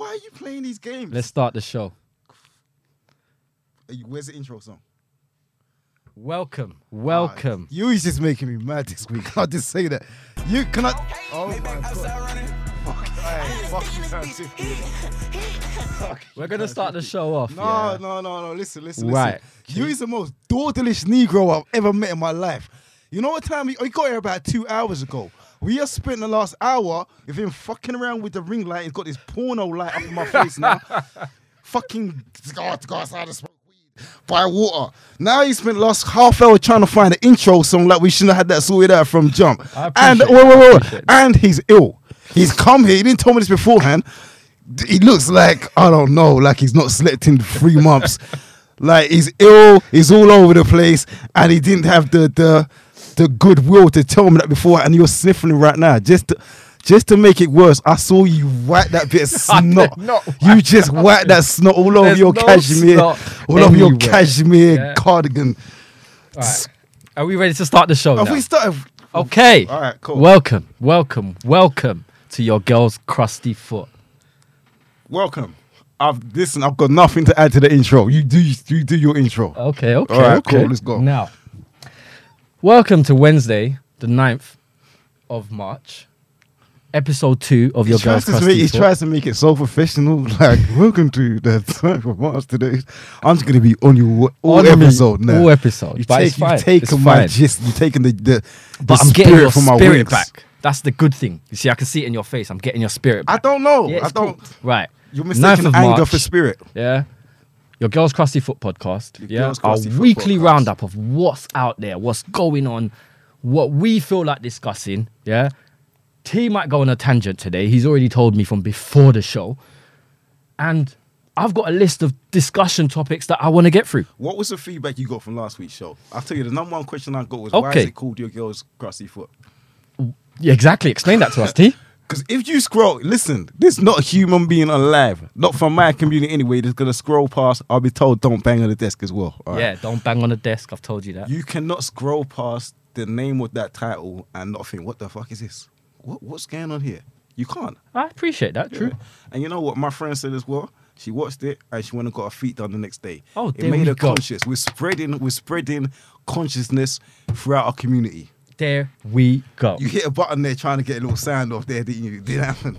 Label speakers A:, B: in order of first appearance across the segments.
A: are you playing these games?
B: Let's start the show.
A: Uh, Where's the intro song?
C: Welcome.
B: Welcome.
A: You is just making me mad this week. I'll just say that. You cannot. Oh my god. Fuck. Hey, fuck you, man, too. Fuck.
B: We're gonna start the show off.
A: No,
B: yeah?
A: no, no, no. Listen, listen,
B: Right.
A: listen. You is the most dawdlish Negro I've ever met in my life. You know what time we, we got here about two hours ago. We have spent the last hour with him fucking around with the ring light. He's got this porno light up in my face now. fucking God, to go outside and smoke weed by water. Now he spent the last half hour trying to find an intro song like we shouldn't have had that sorted out from jump.
B: I appreciate
A: And
B: it.
A: wait, wait,
B: I
A: wait,
B: appreciate
A: wait.
B: it.
A: and he's ill. He's come here. He didn't tell me this beforehand. D- He looks like I don't know, like he's not slept in three months. Like he's ill. He's all over the place, and he didn't have the the the goodwill to tell me that before. And you're sniffling right now, just. To, just to make it worse, I saw you wipe that bit of snot.
B: not
A: you just wiped that snot all over
B: There's
A: your
B: no
A: cashmere, all
B: snot
A: over your
B: anywhere.
A: cashmere
C: Yeah.
A: cardigan.
C: All right.
B: Are we ready to start the show?
A: Have
B: now?
A: we started?
B: okay.
A: All right, cool.
B: Welcome, welcome, welcome to your girl's crusty foot.
A: Welcome. I've listen. I've got nothing to add to the intro. You do. You do your intro.
B: Okay, okay.
A: All right,
B: okay.
A: cool, let's go.
B: Now, welcome to Wednesday, the 9th of March, episode two of
A: he
B: your
A: tries,
B: girl's
A: to
B: crusty
A: make, he
B: foot.
A: tries to make it so professional. Like, welcome to the time of March today. I'm just gonna be on you wh- all
B: On me,
A: episode now.
B: all episode,
A: You
B: but
A: take,
B: it's fine,
A: you taken
B: it's
A: my
B: fine.
A: gist. You taking the the, the
B: but I'm getting your
A: spirit from my
B: spirit
A: wings.
B: back. That's the good thing. You see, I can see it in your face. I'm getting your spirit
A: I
B: back.
A: don't know.
B: Yeah,
A: I
B: it's cool.
A: don't.
B: Right.
A: You're
B: 9th
A: mistaking
B: of
A: anger
B: March.
A: for spirit.
B: Yeah. Your Girls Crusty Foot podcast.
A: Your
B: yeah.
A: Girls
B: Our
A: Crusty Foot
B: weekly
A: podcast.
B: roundup of what's out there, what's going on, what we feel like discussing. Yeah. T might go on a tangent today. He's already told me from before the show. And I've got a list of discussion topics that I want to get through.
A: What was the feedback you got from last week's show? I'll tell you. The number one question I got was why
B: Okay.
A: is it called your girl's grassy foot?
B: Yeah, exactly. Explain that to us, T.
A: Because if you scroll, listen, there's not a human being alive, not from my community anyway, that's going to scroll past. I'll be told don't bang on the desk as well. all right?
B: Yeah, don't bang on the desk. I've told you that.
A: You cannot scroll past the name of that title and not think, what the fuck is this? What, what's going on here? You can't.
B: I appreciate that. True.
A: Yeah. And you know what? My friend said as well. She watched it and she went and got her feet done the next day.
B: Oh,
A: it
B: there
A: made
B: we
A: her
B: go.
A: conscious. We're spreading, we're spreading consciousness throughout our community.
B: There we go.
A: You hit a button there trying to get a little sound off there, didn't you? Didn't happen.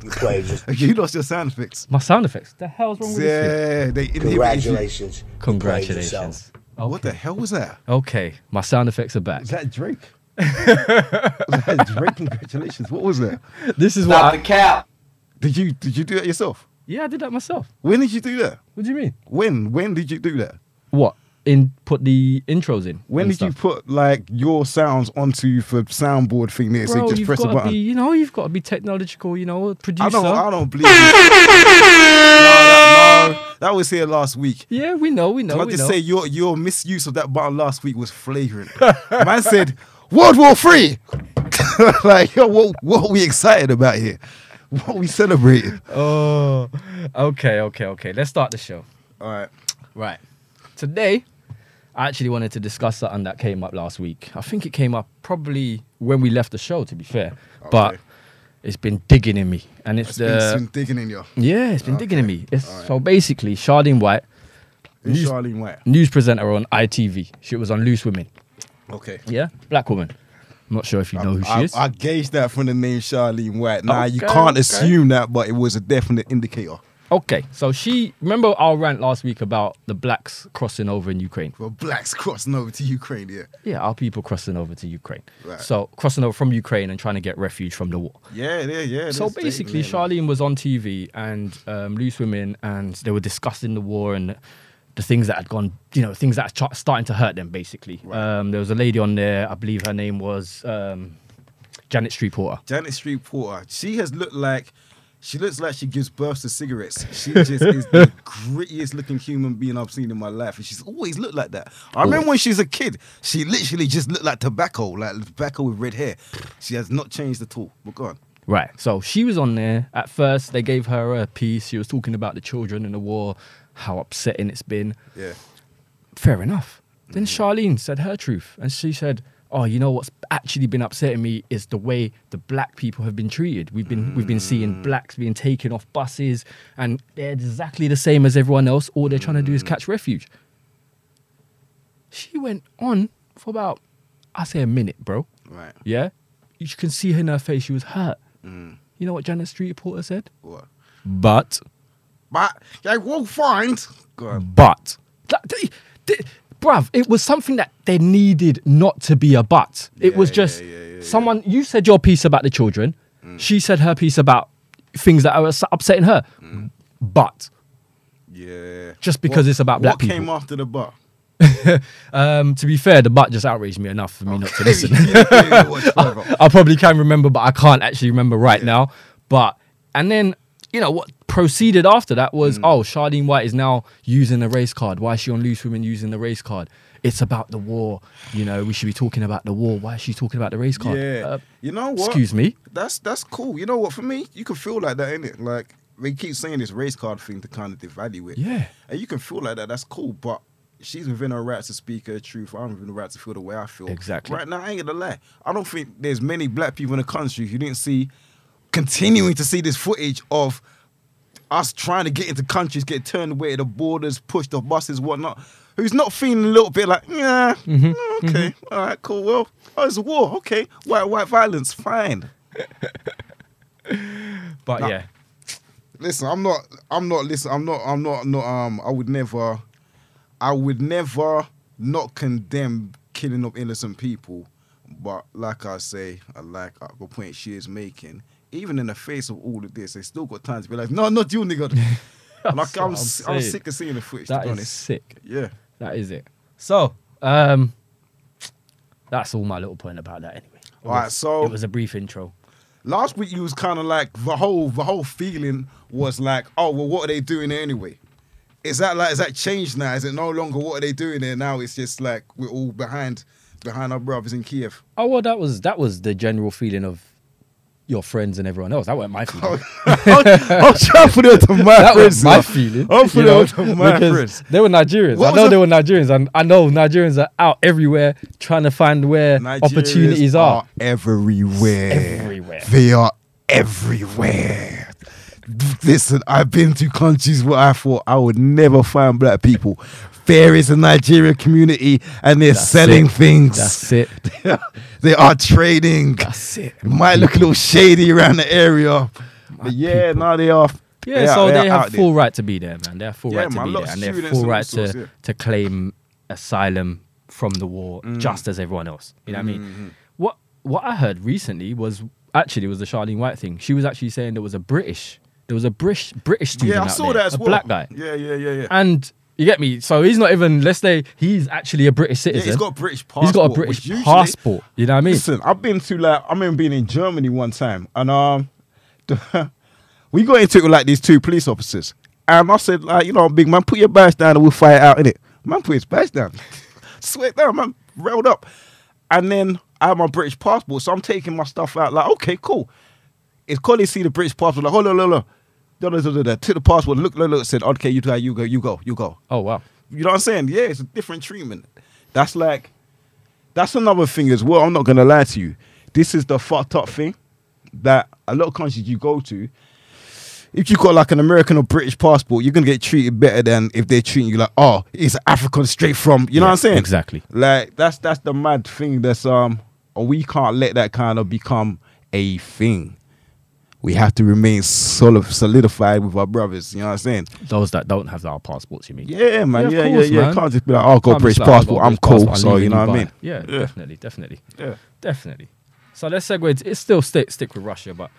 A: you lost your sound effects.
B: My sound effects. The hell's wrong with this? thing?
A: Yeah, they inhibited you.
D: Congratulations. You played
B: Congratulations.
D: yourself.
A: What the hell was that?
B: Okay, my sound effects are back.
A: Is that Drake? was that Drake? Congratulations. What was that?
B: This is what I,
A: Did you did you do that yourself?
B: Yeah, I did that myself.
A: When did you do that?
B: What do you mean?
A: When when did you do that?
B: What? In put the intros in.
A: When
B: and
A: did you
B: stuff?
A: put like your sounds onto for soundboard thing there? so
B: Bro,
A: you just
B: you've
A: press a
B: got to
A: button.
B: be, you know, you've got to be technological, you know, producer.
A: I don't I don't believe you. no, that, no, that was here last week.
B: Yeah, we know, we know,
A: Can I
B: we
A: just
B: know.
A: say your your misuse of that button last week was flagrant. Man said World War Three. like yo, what what we excited about here? What we celebrating?
B: oh, okay, okay, okay. Let's start the show.
A: All right.
B: Right. Today, I actually wanted to discuss something that came up last week. I think it came up probably when we left the show, to be fair. But
A: Okay.
B: it's been digging in me, and it's,
A: It's
B: the
A: been, it's been digging in you.
B: yeah, it's been digging in me. It's, So basically, Sharding White,
A: In
B: News-
A: Charlene White.
B: news presenter on ITV, she was on Loose Women.
A: Okay.
B: Yeah, black woman. I'm not sure if you know who she
A: I,
B: is.
A: I gauged that from the name Charlene White. Now you
B: Okay,
A: can't
B: okay.
A: assume that, but it was a definite indicator.
B: okay, so she remember our rant last week about the blacks crossing over in Ukraine.
A: Well, blacks crossing over to Ukraine, yeah.
B: Yeah, our people crossing over to Ukraine.
A: Right.
B: So crossing over from Ukraine and trying to get refuge from the war.
A: Yeah, yeah, yeah.
B: So basically, Charlene was on TV and um, Loose Women, and they were discussing the war and the things that had gone, you know, things that are ch- starting to hurt them. Basically, um, there was a lady on there. I believe her name was um, Janet Street Porter.
A: Janet Street Porter. She has looked like she looks like she gives birth to cigarettes. She just is the grittiest looking human being I've seen in my life, and she's always looked like that. I remember when she was a kid, she literally just looked like tobacco, like tobacco with red hair. She has not changed at all. But go on.
B: Right. So she was on there. At first, they gave her a piece. She was talking about the children in the war, how upsetting it's been.
A: Yeah.
B: Fair enough. Then Charlene said her truth, and she said, oh, you know what's actually been upsetting me is the way the black people have been treated. We've been we've been seeing blacks being taken off buses, and they're exactly the same as everyone else. All they're trying to do is catch refuge. She went on for about, I say, a minute, bro.
A: Right.
B: Yeah, you can see in her face she was hurt.
A: Mm.
B: You know what Janet Street Reporter said?
A: What?
B: But
A: But they will find. Go on.
B: but That- they- they- bruv it was something that they needed not to be a but it
A: Yeah,
B: was
A: yeah,
B: just
A: yeah, yeah, Mm. yeah.
B: someone you said your piece about the children she said her piece about things that are ups- upsetting her
A: Mm.
B: but
A: Yeah.
B: Just because
A: What-
B: it's about black
A: what came
B: people.
A: after the bar?
B: um, to be fair the but just outraged me enough for me not to listen Oh, I probably can remember, but I can't actually remember right now. But and then you know what proceeded after that was
A: Mm.
B: oh Shardine White is now using the race card. Why is she on Loose Women using the race card? It's about the war. You know we should be talking about the war. Why is she talking about the race card?
A: Yeah.
B: Uh,
A: you know what?
B: excuse me?
A: That's that's cool. You know what? For me, you can feel like that, innit? Like they keep saying this race card thing to kind of devalue it.
B: Yeah.
A: And you can feel like that. That's cool. But she's within her rights to speak her truth. I'm within the right to feel the way I feel.
B: Exactly.
A: Right now, I ain't gonna lie. I don't think there's many black people in the country who didn't see continuing to see this footage of us trying to get into countries, get turned away at the borders, pushed off buses, whatnot. Who's not feeling a little bit like, yeah, mm, okay, all right, cool. Well, oh, it's a war, okay. White, white violence, fine.
B: but
A: Nah.
B: yeah,
A: Listen, I'm not, I'm not, listen, I'm not, I'm not, not, um, I would never, I would never not condemn killing of innocent people. But like I say, I like uh, the point she is making. Even in the face of all of this, they still got time to be like, no, not you, nigga. And I-
B: That's
A: I'm,
B: what I'm
A: si- I'm
B: saying.
A: sick of seeing the footage,
B: that
A: to be
B: is
A: honest.
B: sick.
A: Yeah.
B: That is it. So um, that's all my little point about that. Anyway, It
A: All right,
B: was-
A: so-
B: it was a brief intro.
A: Last week you was kind of like the whole the whole feeling was like, oh well, what are they doing there anyway? Is that like is that changed now? Is it no longer what are they doing there now? It's just like we're all behind behind our brothers in Kiev.
B: Oh well, that was that was the general feeling of your friends and everyone else. That wasn't my feeling.
A: I'm trying for that to my
B: that was my feeling.
A: I'm for
B: you know,
A: that to my
B: because
A: friends.
B: They were Nigerians.
A: What
B: I
A: was
B: know
A: the-
B: they were Nigerians, and I know Nigerians are out everywhere trying to find where opportunities are.
A: everywhere.
B: Everywhere.
A: They are everywhere. Listen, I've been to countries where I thought I would never find black people. There is a Nigerian community and they're selling
B: it.
A: things.
B: That's it.
A: they are trading.
B: That's it.
A: Might look a little shady around the area. But yeah, now they are.
B: Yeah,
A: they are-
B: so
A: they,
B: they
A: are
B: have
A: out
B: full right to be there, man. They have full
A: Yeah,
B: right to
A: man,
B: be
A: lots of
B: there, and they have
A: students
B: full
A: and all
B: right to
A: sorts, yeah.
B: to claim asylum from the war,
A: Mm.
B: just as everyone else. You know what I
A: Mm-hmm.
B: mean? What What I heard recently was actually it was the Charlene White thing. She was actually saying there was a British, there was a British British
A: There.
B: student
A: Yeah, I
B: out
A: saw
B: there,
A: that as
B: a
A: well.
B: black guy.
A: Yeah, yeah, yeah, yeah.
B: And you get me? So he's not even, let's say he's actually a British
A: Yeah,
B: citizen.
A: he's got a British passport.
B: He's got a
A: which
B: British
A: usually-
B: passport. You know what I mean?
A: Listen, I've been to like I remember being in Germany one time, and um, the- we got into it with like these two police officers, and I said like, you know, big man, put your badge down and we'll fight out in it. Man, put his badge down, sweat down, man, railed up, and then I have my British passport, so I'm taking my stuff out. Like, okay, cool. His colleagues see the British passport, like, hold on, hold on, da, da, da, da, da. took the passport, look, look, look, said, okay, you go, you go, you go, you go.
B: Oh, wow.
A: You know what I'm saying? Yeah, it's a different treatment. That's like, that's another thing as well. I'm not gonna lie to you. This is the fucked up thing that a lot of countries you go to, if you got like an American or British passport, you're gonna get treated better than if they're treating you like, oh, it's African straight from. You know
B: Yeah,
A: what I'm saying?
B: exactly.
A: Like that's that's the mad thing. That's um, we can't let that kind of become a thing. We have to remain solid, solidified with our brothers. You know what I'm saying?
B: Those that don't have our passports, you mean?
A: Yeah, man.
B: Yeah,
A: Yeah,
B: of
A: yeah,
B: course,
A: yeah.
B: man.
A: Can't just be like, oh, I've got a
B: Can't be
A: British
B: just like, I've
A: passport.
B: got a
A: I'm
B: British passport,
A: cool.
B: I'll
A: so
B: leave
A: you
B: in
A: know what I
B: Dubai.
A: mean?
B: Yeah,
A: Yeah.
B: definitely, definitely,
A: Yeah.
B: definitely. So let's segue. Into, it's still stick stick with Russia, but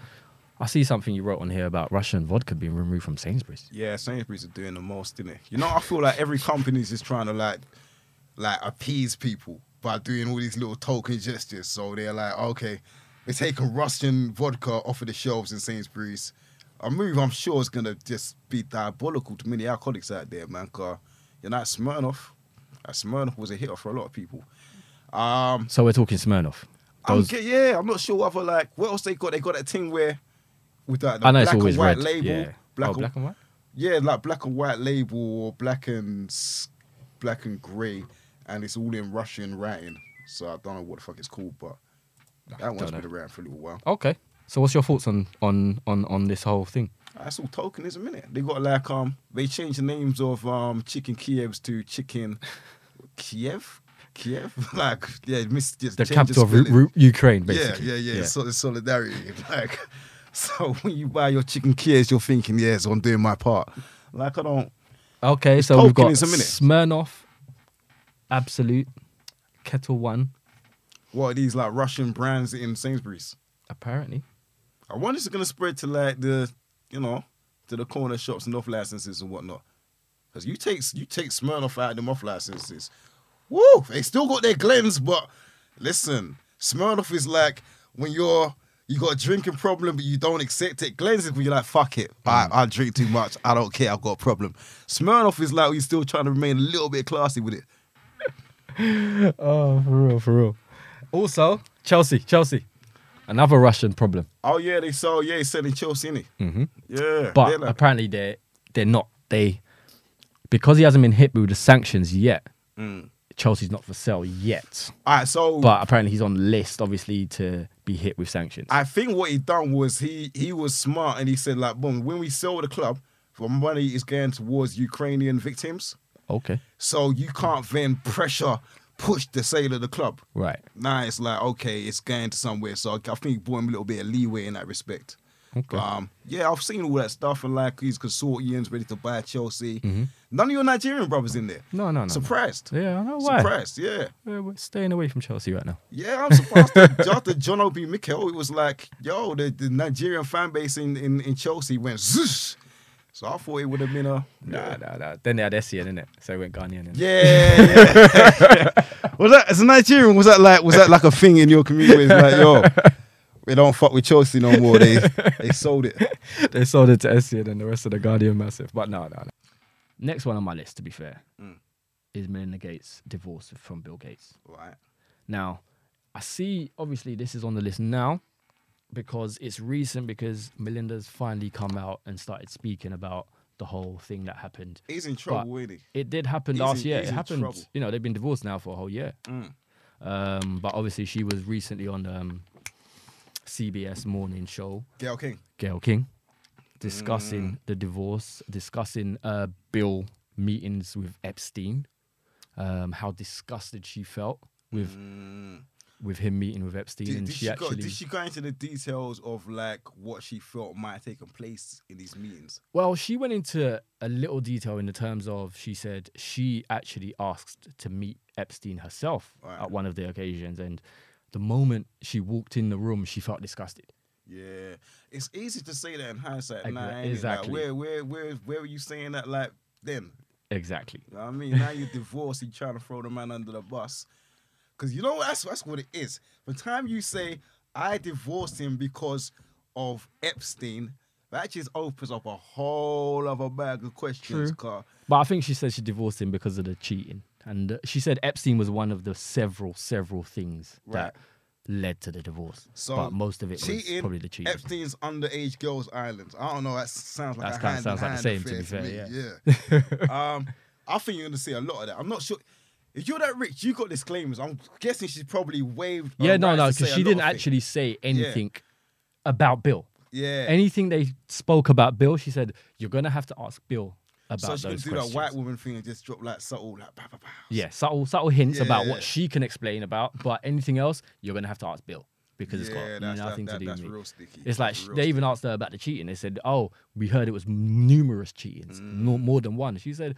B: I see something you wrote on here about Russian vodka being removed from Sainsbury's.
A: Yeah, Sainsbury's are doing the most, is it? You know, I feel like every company's just trying to like, like appease people by doing all these little token gestures. So they're like, okay, they're taking Russian vodka off of the shelves in Sainsbury's. A move I'm sure is gonna just be diabolical to many alcoholics out there, man. Cause you know, that Smirnoff, that Smirnoff was a hitter for a lot of people. Um,
B: So we're talking Smirnoff.
A: I'm
B: Those-
A: ge- yeah, I'm not sure whether like what else they got. They got that thing where with that the
B: I know
A: black
B: it's always
A: and white
B: red.
A: label,
B: yeah.
A: black,
B: oh,
A: and,
B: black and white.
A: yeah, like black and white label or black and s- black and grey, and it's all in Russian writing. So I don't know what the fuck it's called, but that one's
B: don't
A: been around for a little while.
B: Okay. So what's your thoughts on on on on this whole thing?
A: That's all tokenism, innit? They got like um, they changed the names of um chicken Kievs to chicken Kiev, Kiev. like yeah, mis- just
B: The
A: change
B: capital of
A: spelling.
B: Ru- Ru- Ukraine,
A: Yeah,
B: basically.
A: yeah, yeah. So it's solidarity. Like, so when you buy your chicken Kievs, you're thinking, yeah, so I'm doing my part. Like I don't.
B: Okay, so we've got
A: tokenism, innit?
B: Smirnoff, Absolute, Kettle One,
A: What are these like Russian brands in Sainsbury's?
B: apparently.
A: I wonder if it's gonna spread to like the, you know, to the corner shops and off licenses and whatnot. Cause you take you take Smirnoff out of them off licenses. Woo! They still got their glens, but listen, Smirnoff is like when you're you got a drinking problem, but you don't accept it. Glens is when you're like, fuck it, I, I drink too much. I don't care. I've got a problem. Smirnoff is like you're still trying to remain a little bit classy with it.
B: Oh, for real, for real. Also, Chelsea, Chelsea, another Russian problem.
A: Oh yeah, they saw yeah he's selling Chelsea, innit?
B: Mhm.
A: Yeah,
B: But
A: they're like-
B: apparently they're they're not. They because he hasn't been hit with the sanctions yet. Chelsea's not for sale yet,
A: all right, so
B: but apparently he's on list, obviously, to be hit with sanctions.
A: I think what he done was he he was smart and he said like, boom, when we sell the club, the money is going towards Ukrainian victims,
B: okay,
A: so you can't then pressure push the sale of the club.
B: right.
A: Now it's like okay, it's going to somewhere, so I think he bought him a little bit of leeway in that respect.
B: Okay.
A: Um, yeah, I've seen all that stuff and like these consortiums ready to buy Chelsea. None of your Nigerian brothers in there.
B: Mm-hmm. No, no, no, no.
A: Surprised.
B: Yeah, I know why.
A: Surprised. Yeah.
B: We're, we're staying away from Chelsea right now.
A: Yeah, I'm surprised that after John Obi Mikel, it was like, yo, the, the Nigerian fan base in, in, in Chelsea went zoosh. So I thought it would have been a
B: Nah, nah, nah. Then they had Essien, innit? So we went Ghanaian. innit?
A: Yeah, yeah. was that as a Nigerian? Was that like was that like a thing in your community? It's like, yo, we don't fuck with Chelsea no more. They they sold it.
B: they sold it to Essien and the rest of the Guardian massive. But no, no, no. Next one on my list, to be fair,
A: Mm.
B: is Melinda Gates' divorce from Bill Gates.
A: Right.
B: Now, I see obviously this is on the list now because it's recent because Melinda's finally come out and started speaking about the whole thing that happened.
A: He's in trouble, isn't he?
B: It did happen
A: He's
B: last
A: in-
B: year.
A: he's
B: It
A: in
B: happened.
A: trouble.
B: You know, they've been divorced now for a whole year.
A: Mm.
B: Um, but obviously, she was recently on um, CBS morning show,
A: Gail King.
B: Gail King, discussing
A: Mm.
B: the divorce, discussing uh, Bill meetings with Epstein, um, how disgusted she felt with with him meeting with Epstein,
A: Mm. Did,
B: and
A: did
B: she,
A: she go,
B: actually
A: did she go into the details of like what she felt might have taken place in these meetings?
B: Well, she went into a little detail in the terms of she said she actually asked to meet Epstein herself
A: Right.
B: at one of the occasions, and the moment she walked in the room, she felt disgusted.
A: Yeah, it's easy to say that in hindsight.
B: Exa-
A: Nah, ain't it?
B: exactly.
A: Like, where, where, where, where were you saying that? Like then,
B: Exactly.
A: you know what I mean. Now you're divorced. You trying to throw the man under the bus, because you know what? That's that's what it is. By the time you say I divorced him because of Epstein, that just opens up a whole other bag of questions.
B: True.
A: Car.
B: But I think she said she divorced him because of the cheating, and uh, she said Epstein was one of the several, several things that led to the divorce.
A: So
B: but most of it
A: cheating,
B: was probably the cheating.
A: Epstein's underage girls' islands. I don't know. That sounds like
B: That's
A: a
B: kinda
A: hand
B: sounds like the same, to
A: affair
B: be
A: to
B: fair,
A: me. Yeah. um, I think you're gonna see a lot of that. I'm not sure. If you're that rich, you got disclaimers. I'm guessing she's probably waived. her
B: yeah, no,
A: rights
B: no,
A: Oh, to say
B: because
A: a
B: she
A: lot
B: didn't
A: of things.
B: actually say anything about Bill.
A: Yeah.
B: anything they spoke about Bill, she said, "You're gonna have to ask Bill about
A: so
B: those
A: she can do
B: questions."
A: that white woman thing and just drop like subtle, like bah, bah, bah.
B: yeah, subtle, subtle hints
A: Yeah,
B: about
A: yeah.
B: what she can explain about, but anything else, you're gonna have to ask Bill because it's
A: Yeah,
B: got
A: that's- that-
B: nothing
A: that-
B: to do
A: that's
B: with me.
A: real sticky.
B: It's like
A: That's
B: sh-
A: real
B: they even asked her about the cheating. They said, "Oh, we heard it was m- numerous cheatings,
A: Mm.
B: no, more than one." She said,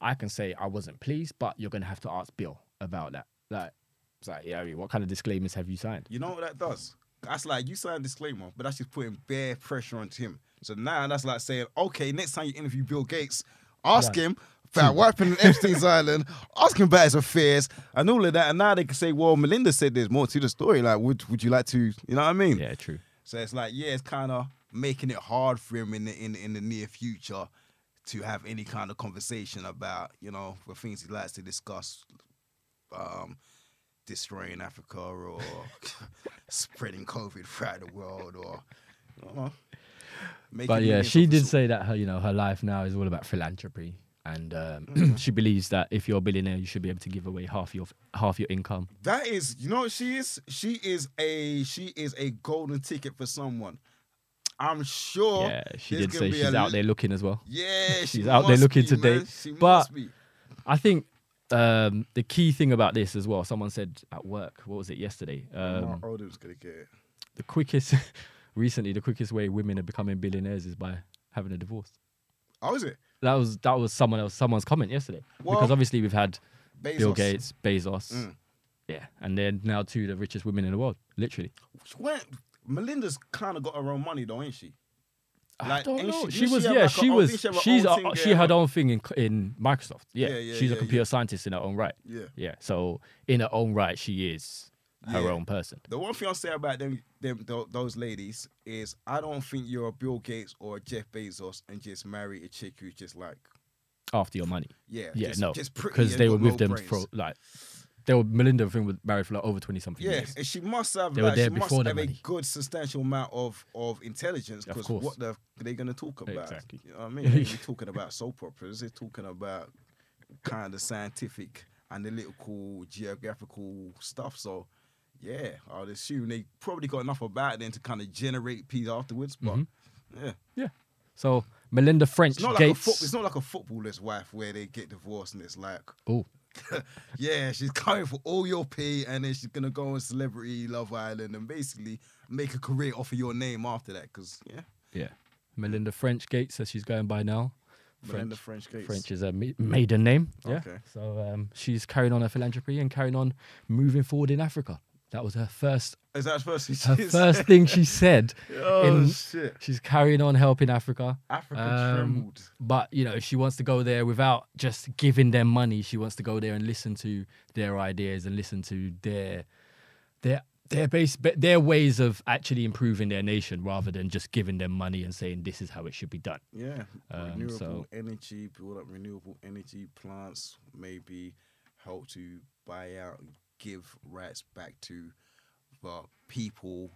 B: "I can say I wasn't pleased, but you're gonna have to ask Bill about that." Like, it's like, yeah, I mean, what kind of disclaimers have you signed?
A: You know what that does? That's like you signed a disclaimer, but that's just putting bare pressure onto him. So now that's like saying, okay, next time you interview Bill Gates, ask him about what happened in Epstein's Island, ask him about his affairs and all of that. And now they can say, well, Melinda said there's more to the story. Like, would would you like to, you know what I mean?
B: Yeah, true.
A: So it's like, yeah, it's kind of making it hard for him in the, in in the near future to have any kind of conversation about, you know, the things he likes to discuss, um, destroying Africa or spreading COVID throughout the world or, you know, making
B: But yeah,
A: millions
B: she
A: off the
B: did
A: sort-
B: say that her, you know, her life now is all about philanthropy and
A: Mm,
B: um, she believes that if you're a billionaire, you should be able to give away half your half your income.
A: That is, you know what she is? She is a she is a golden ticket for someone. I'm sure.
B: yeah, she
A: there's
B: did
A: gonna
B: say
A: be
B: she's
A: a
B: out
A: li-
B: there looking as well.
A: Yeah, she
B: She's out there
A: must
B: looking
A: be,
B: to
A: man.
B: date.
A: She
B: But-
A: must be.
B: I think um, the key thing about this as well. Someone said at work, what was it yesterday? Um,
A: Mark Odom's gonna get it.
B: the quickest, recently, the quickest way women are becoming billionaires is by having a divorce.
A: Oh, is it?
B: That was that was someone else, someone's comment yesterday.
A: Well,
B: because obviously we've had
A: Bezos.
B: Bill Gates, Bezos,
A: Mm.
B: yeah, and they're now two of the richest women in the world, literally.
A: She went- Melinda's kind of got her own money though, ain't she?
B: I don't
A: ain't
B: know.
A: didn't
B: She, was,
A: have
B: yeah,
A: like her
B: she
A: own-
B: was.
A: didn't have her
B: she's
A: own
B: a,
A: thing
B: she
A: going
B: had her
A: on?
B: own thing in in Microsoft. Yeah,
A: Yeah, yeah,
B: she's
A: yeah,
B: a computer scientist in her own right.
A: Yeah.
B: yeah. So in her own right, she is her
A: Yeah.
B: own person.
A: The one thing I'll say about them, them tho- those ladies is I don't think you're a Bill Gates or a Jeff Bezos and just marry a chick who's just like,
B: After your money.
A: yeah,
B: Yeah,
A: just,
B: no,
A: just pretty
B: because
A: and
B: they
A: got
B: were with
A: no
B: them
A: brains.
B: for like they were Melinda and Thing were married for like over twenty something
A: Yeah,
B: years.
A: and she must have
B: They were
A: like,
B: there
A: she must
B: before the
A: have a
B: money.
A: good substantial amount of of intelligence
B: Of
A: because
B: course.
A: what the f- are they gonna talk about?
B: Exactly.
A: You know what I mean? They're talking about soap operas. They're talking about kind of scientific, analytical, geographical stuff. So. Yeah, I'd assume they probably got enough about it then to kind of generate peas afterwards. But yeah,
B: Yeah. So Melinda French
A: it's not like a
B: Mm-hmm. Gates.
A: foot, it's not like a footballer's wife where they get divorced and it's like,
B: oh,
A: yeah, she's coming for all your pay, and then she's gonna go on Celebrity Love Island and basically make a career off of your name after that. Because yeah,
B: yeah. Melinda French Gates, as she's going by now.
A: Melinda French Gates.
B: French is a ma- maiden name. Yeah.
A: Okay.
B: So um, she's carrying on her philanthropy and carrying on moving forward in Africa. That was her first
A: Is that first?
B: her first thing she said.
A: Oh
B: in-
A: shit!
B: She's carrying on helping Africa.
A: Africa
B: Um,
A: trembled.
B: But you know, she wants to go there without just giving them money. She wants to go there and listen to their ideas and listen to their their their base their ways of actually improving their nation rather than just giving them money and saying this is how it should be done.
A: Yeah,
B: um,
A: renewable
B: so-
A: energy, build up renewable energy plants, maybe help to buy out, and give rights back to the people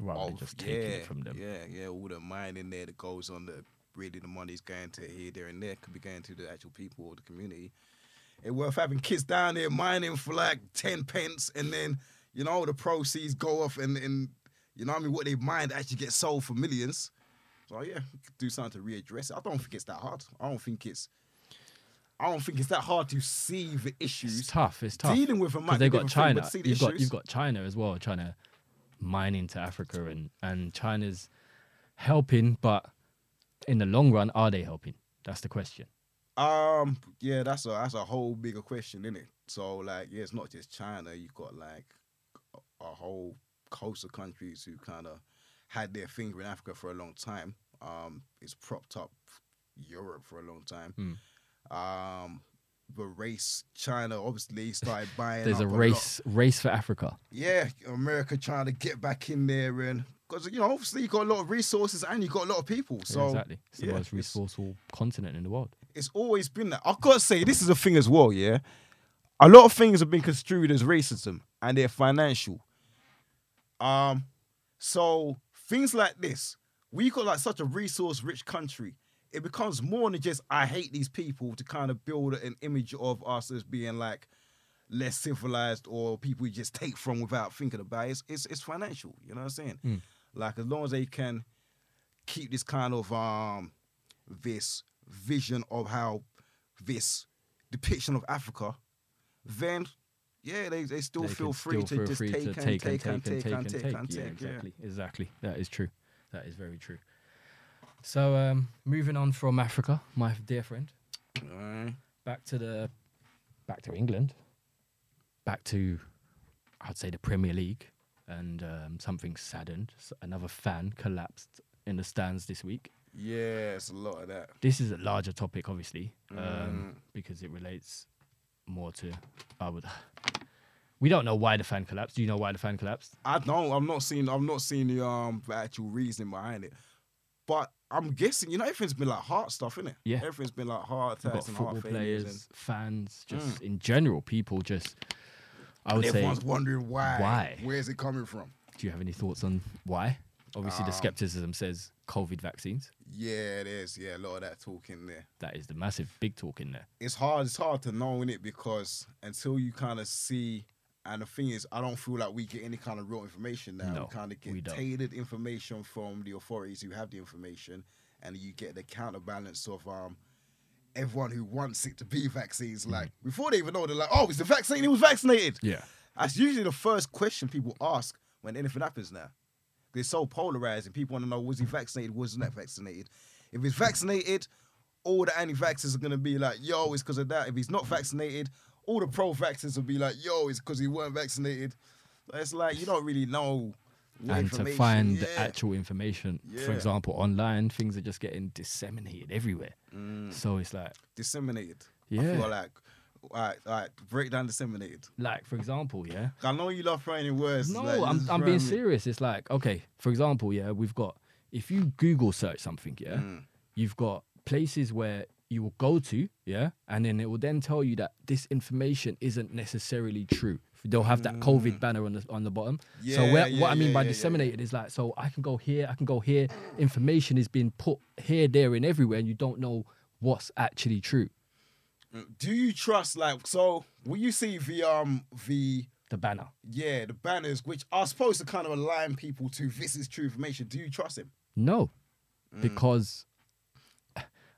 B: Rather than
A: of-
B: just taking it from them.
A: Oh, Yeah, yeah, all the mining there that goes on that really the money's going to here, there, and there could be going to the actual people or the community. It worth having kids down there mining for like ten pence, and then you know the proceeds go off, and and you know what I mean what they mined actually gets sold for millions. So yeah, we could do something to readdress it. I don't think it's that hard. I don't think it's. I don't think it's that hard to see the
B: It's
A: issues.
B: tough. It's tough.
A: Dealing with them might
B: they
A: be
B: got
A: different thing, but
B: China.
A: see the
B: You've got
A: issues.
B: you've got China as well trying to mine into Africa and and China's helping, but in the long run, are they helping? That's the question.
A: Um, yeah, that's a that's a whole bigger question, isn't it? So like, yeah, it's not just China. You've got like a whole coast of countries who kind of had their finger in Africa for a long time. Um, it's propped up Europe for a long time.
B: Hmm.
A: Um, the race China obviously started buying.
B: There's
A: up
B: a
A: lot.
B: race race for Africa.
A: Yeah, America trying to get back in there and. Because you know, obviously, you got a lot of resources and you got a lot of people. So
B: Yeah, exactly. It's the
A: yeah,
B: most
A: it's-
B: resourceful continent in the world.
A: it's always been that. I gotta say, this is a thing as well, yeah. A lot of things have been construed as racism and they're financial. Um, so things like this, we got like such a resource-rich country. It becomes more than just I hate these people to kind of build an image of us as being like less civilized or people you just take from without thinking about it. It's it's, it's financial, you know what I'm saying?
B: Hmm.
A: Like as long as they can keep this kind of um this vision of how this depiction of Africa, then yeah, they, they still
B: They
A: feel
B: can
A: free
B: still
A: to
B: feel
A: just
B: free
A: take,
B: to
A: and, take, and take and take and
B: Yeah,
A: take. yeah.
B: exactly. Exactly. That is true. That is very true. So um, moving on from Africa, my dear friend,
A: Alright.
B: back to the back to England, back to I'd say the Premier League, and um, something saddened. S- Another fan collapsed in the stands this week.
A: Yeah, it's a lot of that.
B: This is a larger topic, obviously,
A: Mm.
B: um, because it relates more to I would. We don't know why the fan collapsed. Do you know why the fan collapsed?
A: I don't. I'm not seeing. I'm not seeing the um the actual reason behind it, but I'm guessing. You know, everything's been like heart stuff, innit?
B: Yeah.
A: Everything's been like heart
B: We've got
A: attacks and
B: football
A: heart failures, and
B: players,
A: Mm.
B: fans, just in general, people just. I would say,
A: everyone's wondering why.
B: Why?
A: Where's it coming from?
B: do you have any thoughts on why? Obviously,
A: Ah.
B: the skepticism says COVID vaccines.
A: Yeah, there's yeah a lot of that talk in there.
B: That is the massive big talk in there.
A: It's hard. It's hard to know in it because until you kind of see. And the thing is, I don't feel like we get any kind of real information now.
B: No,
A: we kind of
B: we
A: get
B: don't.
A: tailored information from the authorities who have the information, and you get the counterbalance of um, everyone who wants it to be vaccines. Like
B: Mm.
A: before they even know, they're like, "Oh, it's the vaccine. He was vaccinated."
B: Yeah.
A: That's usually the first question people ask when anything happens now. They're so polarizing. People want to know was he vaccinated, was he not vaccinated. If he's vaccinated, all the anti vaxxers are going to be like, yo, it's because of that. If he's not vaccinated, all the pro vaxxers will be like, yo, it's because he weren't vaccinated. So It's like, you don't really know. what
B: And to
A: information-
B: find the
A: Yeah.
B: actual information, for
A: Yeah.
B: example, online, things are just getting disseminated everywhere.
A: Mm.
B: So it's like,
A: disseminated. I
B: Yeah.
A: feel like, all right, all right, break down disseminated.
B: like for example, yeah,
A: I know you love throwing in words.
B: No,
A: like,
B: I'm,
A: this is
B: I'm
A: what I
B: being
A: mean.
B: serious. It's like, okay, for example, yeah, we've got, if you Google search something, yeah,
A: Mm.
B: you've got places where you will go to, yeah, and then it will then tell you that this information isn't necessarily true. They'll have that COVID banner on the on the bottom. so
A: Mm. Yeah,
B: where,
A: yeah,
B: what I mean
A: yeah,
B: by
A: yeah, yeah,
B: disseminated is like, so I can go here, I can go here. Information is being put here, there, and everywhere, and you don't know what's actually true.
A: Do you trust, like, so when you see the, um, the,
B: The banner.
A: Yeah, the banners, which are supposed to kind of align people to this is true information. Do you trust him?
B: No, because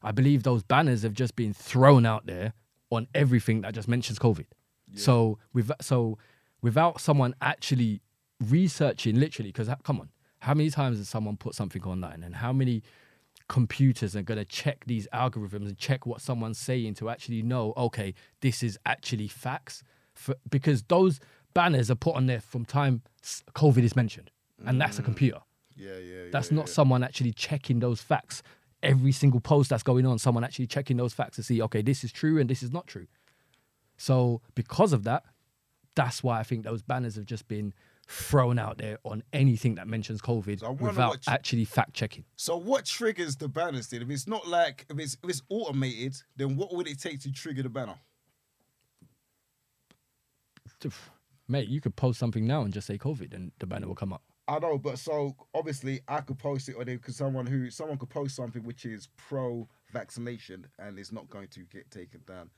B: I believe those banners have just been thrown out there on everything that just mentions COVID. So with so without someone actually researching, literally, because come on, how many times has someone put something online, and how many computers are going to check these algorithms and check what someone's saying to actually know, okay, this is actually facts, For- because those banners are put on there from time s- COVID is mentioned, and that's a computer.
A: Yeah, yeah.
B: That's not someone actually checking those facts. Every single post that's going on, someone actually checking those facts to see, okay, this is true and this is not true. So because of that, that's why I think those banners have just been thrown out there on anything that mentions COVID
A: So I wonder
B: without
A: what you-
B: actually fact checking.
A: So what triggers the banners then? If it's not like if it's if it's automated, then what would it take to trigger the banner?
B: Mate, you could post something now and just say COVID and the banner will come up.
A: I know, but so obviously I could post it, or they could someone who someone could post something which is pro vaccination and it's not going to get taken down,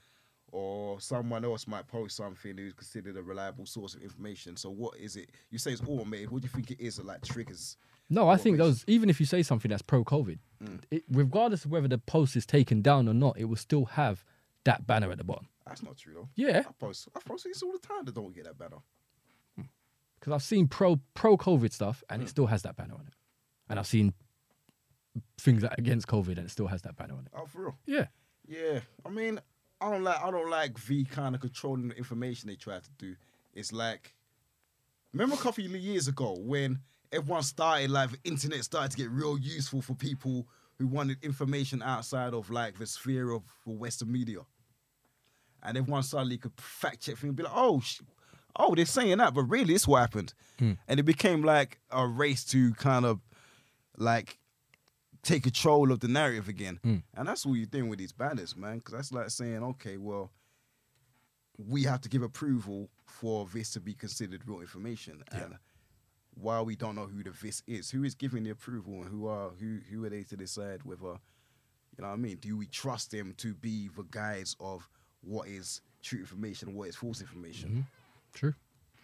A: or someone else might post something who's considered a reliable source of information. So what is it? You say it's automated. What do you think it is that like triggers?
B: No, I think
A: Always.
B: those. Even if you say something that's pro COVID,
A: Mm.
B: it regardless of whether the post is taken down or not, it will still have that banner at the bottom.
A: That's not true though.
B: Yeah.
A: I post I post these all the time that don't get that better.
B: because I've seen pro pro COVID stuff and
A: Mm.
B: it still has that banner on it, and I've seen things that against COVID and it still has that banner on it.
A: Oh, for real.
B: Yeah,
A: Yeah. I mean, I don't like I don't like the kind of controlling the information they try to do. It's like remember a couple of years ago when everyone started like the internet started to get real useful for people who wanted information outside of like the sphere of the Western media. And everyone suddenly could fact check things and be like, oh, sh- oh, they're saying that, but really, it's what happened. And it became like a race to kind of like take control of the narrative again. And that's what you're doing with these banners, man. Because that's like saying, okay, well, we have to give approval for this to be considered real information. And while we don't know who the this is, who is giving the approval and who are who who are they to decide whether you know what I mean? Do we trust them to be the guides of what is true information, what is false information?
B: true.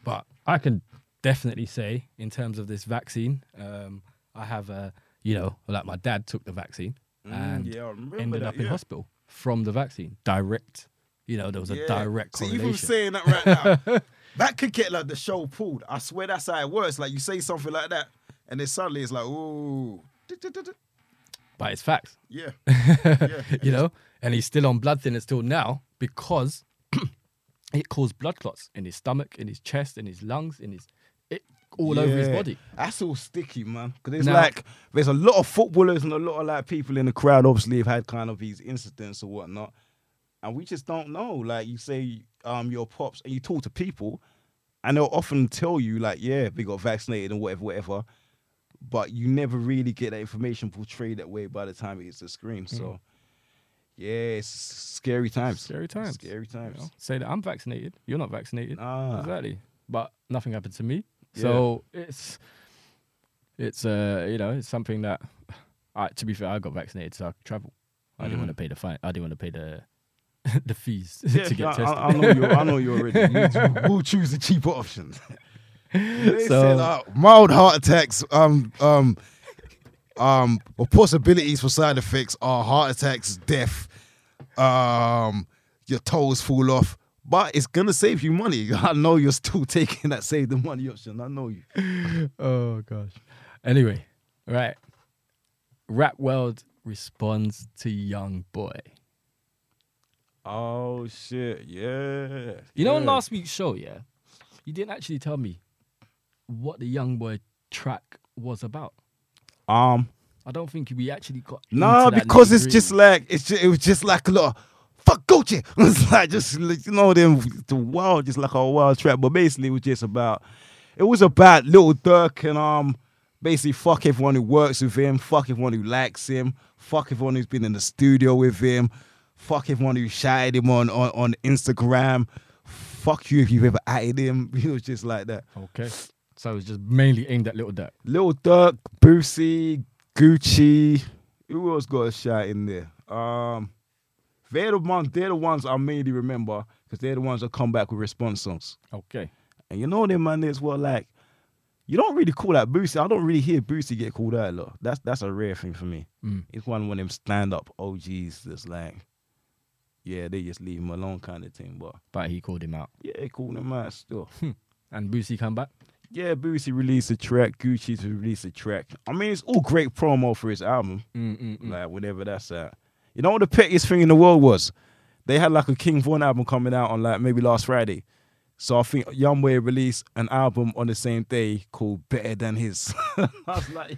B: But I can definitely say, in terms of this vaccine, um, I have a you know like my dad took the vaccine Mm-hmm. and
A: Mm, yeah, I remember
B: ended
A: that,
B: up in
A: yeah.
B: hospital from the vaccine. Direct, you know, there was a direct
A: See,
B: correlation.
A: even saying that right now, that could get like the show pulled. I swear that's how it works. Like you say something like that, and then suddenly it's like, ooh, Du-du-du-du.
B: but it's facts.
A: yeah, yeah.
B: you know, and he's still on blood thinners till now because it caused blood clots in his stomach, in his chest, in his lungs, in his it, all over his
A: Yeah.
B: body.
A: That's all sticky, man. Because it's
B: Now-
A: like there's a lot of footballers and a lot of like people in the crowd. Obviously, have had kind of these incidents or whatnot, and we just don't know. Like you say, um, your pops, and you talk to people, and they'll often tell you like, yeah, they got vaccinated and whatever, whatever. But you never really get that information portrayed that way by the time it hits the screen.
B: Mm.
A: So, yeah, it's scary times.
B: Scary times.
A: Scary
B: You
A: times.
B: know? Say that I'm vaccinated, you're not vaccinated.
A: Ah.
B: Exactly. But nothing happened to me. So it's it's uh, you know, it's something that. I, to be fair, I got vaccinated, so I could travel. I
A: Mm.
B: didn't want to pay the fine. I didn't want to pay the the fees to get
A: I,
B: tested.
A: I, I know you. I know you already.
D: we'll choose the cheaper options. they
B: So-
D: said uh, mild heart attacks. Um, um, um, or possibilities for side effects are heart attacks, death, um, your toes fall off. But it's gonna save you money. I know you're still taking that save the money option. I know you.
B: Oh gosh. Anyway, right. Rap world responds to young boy.
A: oh shit! Yeah.
B: You know, on
A: yeah.
B: last week's show, yeah, you didn't actually tell me what the young boy track was about.
A: Um.
B: I don't think we actually got.
A: Nah,
B: into that
D: because it's
B: nitty-gritty.
D: just like it's ju- it was just like a lot of fuck Gucci. It's like just like, you know them
A: the wild, just like a wild trap. But basically, it was just about, it was about little Dirk and um, basically fuck everyone who works with him, fuck everyone who likes him, fuck everyone who's been in the studio with him, fuck everyone who shouted him on on, on Instagram, fuck you if you've ever added him. It was just like that.
B: Okay. So it's just mainly aimed at Little Dirk.
A: Little Dirk, Boosie, Gucci. Who else got a shot in there? Um, they're the ones. They're the ones I mainly remember because they're the ones that come back with response songs.
B: Okay.
A: And you know them man as well, like you don't really call that Boosie. I don't really hear Boosie get called out a lot. That's that's a rare thing for me.
B: Mm.
A: It's one when them stand up OGs that's like, yeah, they just leave him alone kind of thing. But
B: But he called him out.
A: yeah, they call them out still.
B: And Boosie come back.
A: yeah, Boosie released a track, Gucci's released a track. I mean, it's all great promo for his album.
B: Mm-mm-mm.
A: Like whatever that's at. You know what the pettiest thing in the world was? They had like a King Von album coming out on like maybe last Friday. So I think Youngway released an album on the same day called Better Than His. I was like,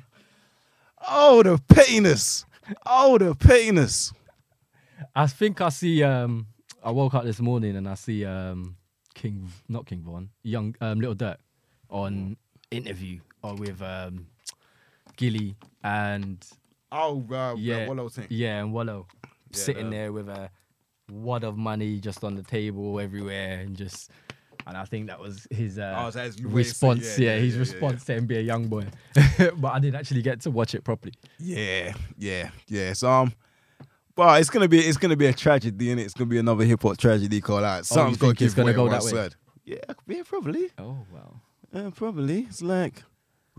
D: Oh, the pettiness. Oh, the pettiness.
B: I think I see. Um, I woke up this morning and I see um, King, not King Von, young um, Little Dirk on interview or with um, Gilly and
D: Oh, uh,
B: yeah,
D: what I was saying.
B: yeah, and Wallow sitting there with a wad of money just on the table everywhere and just. And I think that was his uh,
D: Oh, so that's the way you say-
B: response.
D: yeah,
B: yeah,
D: yeah,
B: his
D: yeah, yeah,
B: response to NBA YoungBoy. but I didn't actually get to watch it properly.
A: yeah, yeah, yeah. So um, but it's gonna be it's gonna be a tragedy, and it's gonna be another hip hop tragedy call out. Something's
B: Oh, think
A: gonna
B: it's
A: give
B: gonna
A: way
B: go
A: on one
B: that way?
A: side. Yeah, yeah, probably.
B: Oh wow!
A: Uh, probably. It's like,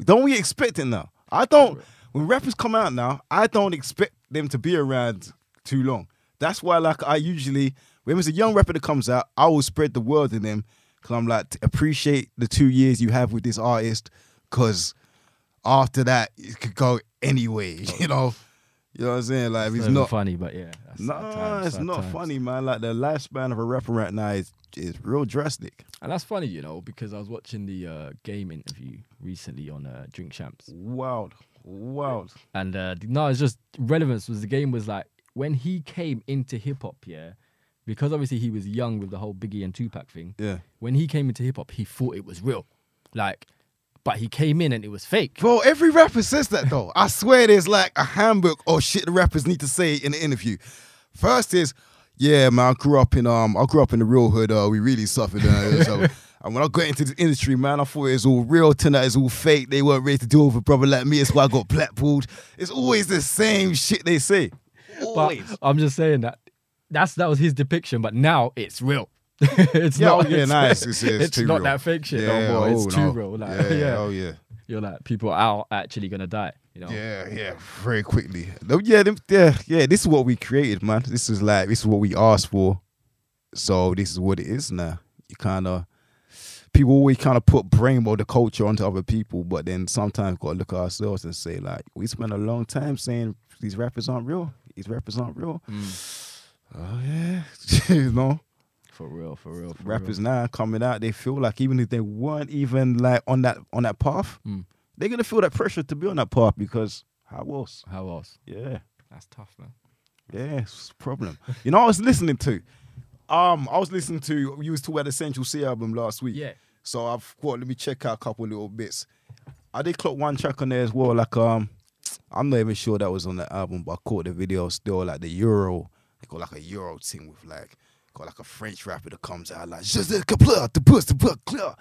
A: don't we expect it now? I don't. When rappers come out now, I don't expect them to be around too long. That's why, like, I usually when there's a young rapper that comes out, I will spread the word in them because I'm like, appreciate the two years you have with this artist, because after that it could go anyway. You know, you know what I'm saying? Like, if
B: It's
A: it's
B: not
A: not.
B: funny, but yeah. that's sad
A: Nah,
B: times,
A: it's
B: sad
A: not
B: times.
A: funny, man. Like the lifespan of a rapper right now is is real drastic.
B: And that's funny, you know, because I was watching the uh, game interview recently on uh, Drink Champs,
A: Wild, wild.
B: and uh, no, it's just relevance was the game was like when he came into hip hop, yeah, because obviously he was young with the whole Biggie and Tupac thing.
A: Yeah.
B: When he came into hip hop, he thought it was real, like, but he came in and it was fake.
D: Bro, every rapper says that though. I swear there's like a handbook or shit the rappers need to say in the interview. First is, yeah, man, I grew up in um I grew up in the real hood, uh, we really suffered. Uh, so- and when I got into this industry, man, I thought it was all real, turned out it's all fake. They weren't ready to deal with a brother like me, that's why I got blackballed. It's always the same shit they say.
B: But
D: Always.
B: I'm just saying that that's that was his depiction, but now it's real. it's
D: Yeah,
B: not
D: oh, yeah,
B: it's,
D: nah, it's- it's- it's too
B: not
D: real.
B: that fake shit no more. it's too
D: oh, no.
B: real. Like,
D: yeah,
B: yeah.
D: oh yeah.
B: you're like people are actually gonna die. You know.
D: Yeah, yeah, very quickly.
A: No, yeah, them, yeah, yeah. This is what we created, man. This is like this is what we asked for. So this is what it is now. You kind of people always kind of put blame or the culture onto other people, but then sometimes got to look at ourselves and say like, we spent a long time saying these rappers aren't real. These rappers aren't real.
B: Hmm.
A: Oh yeah, you know,
B: For real, for real. For
A: rappers now coming out, they feel like even if they weren't even like on that on that path,
B: Mm.
A: they're gonna feel that pressure to be on that path because how else?
B: Real. How else?
A: Yeah.
B: That's tough, man.
A: Yeah, it's a problem. You know, I was listening to, um, I was listening to you was talking about the Central C album last week.
B: Yeah.
A: So I've thought let me check out a couple little bits. I did clock one track on there as well. Like um, I'm not even sure that was on the album, but I caught the video still. Like the Euro, they got like a Euro thing with like got like a French rapper that comes out like just the clear, the puss, the clear.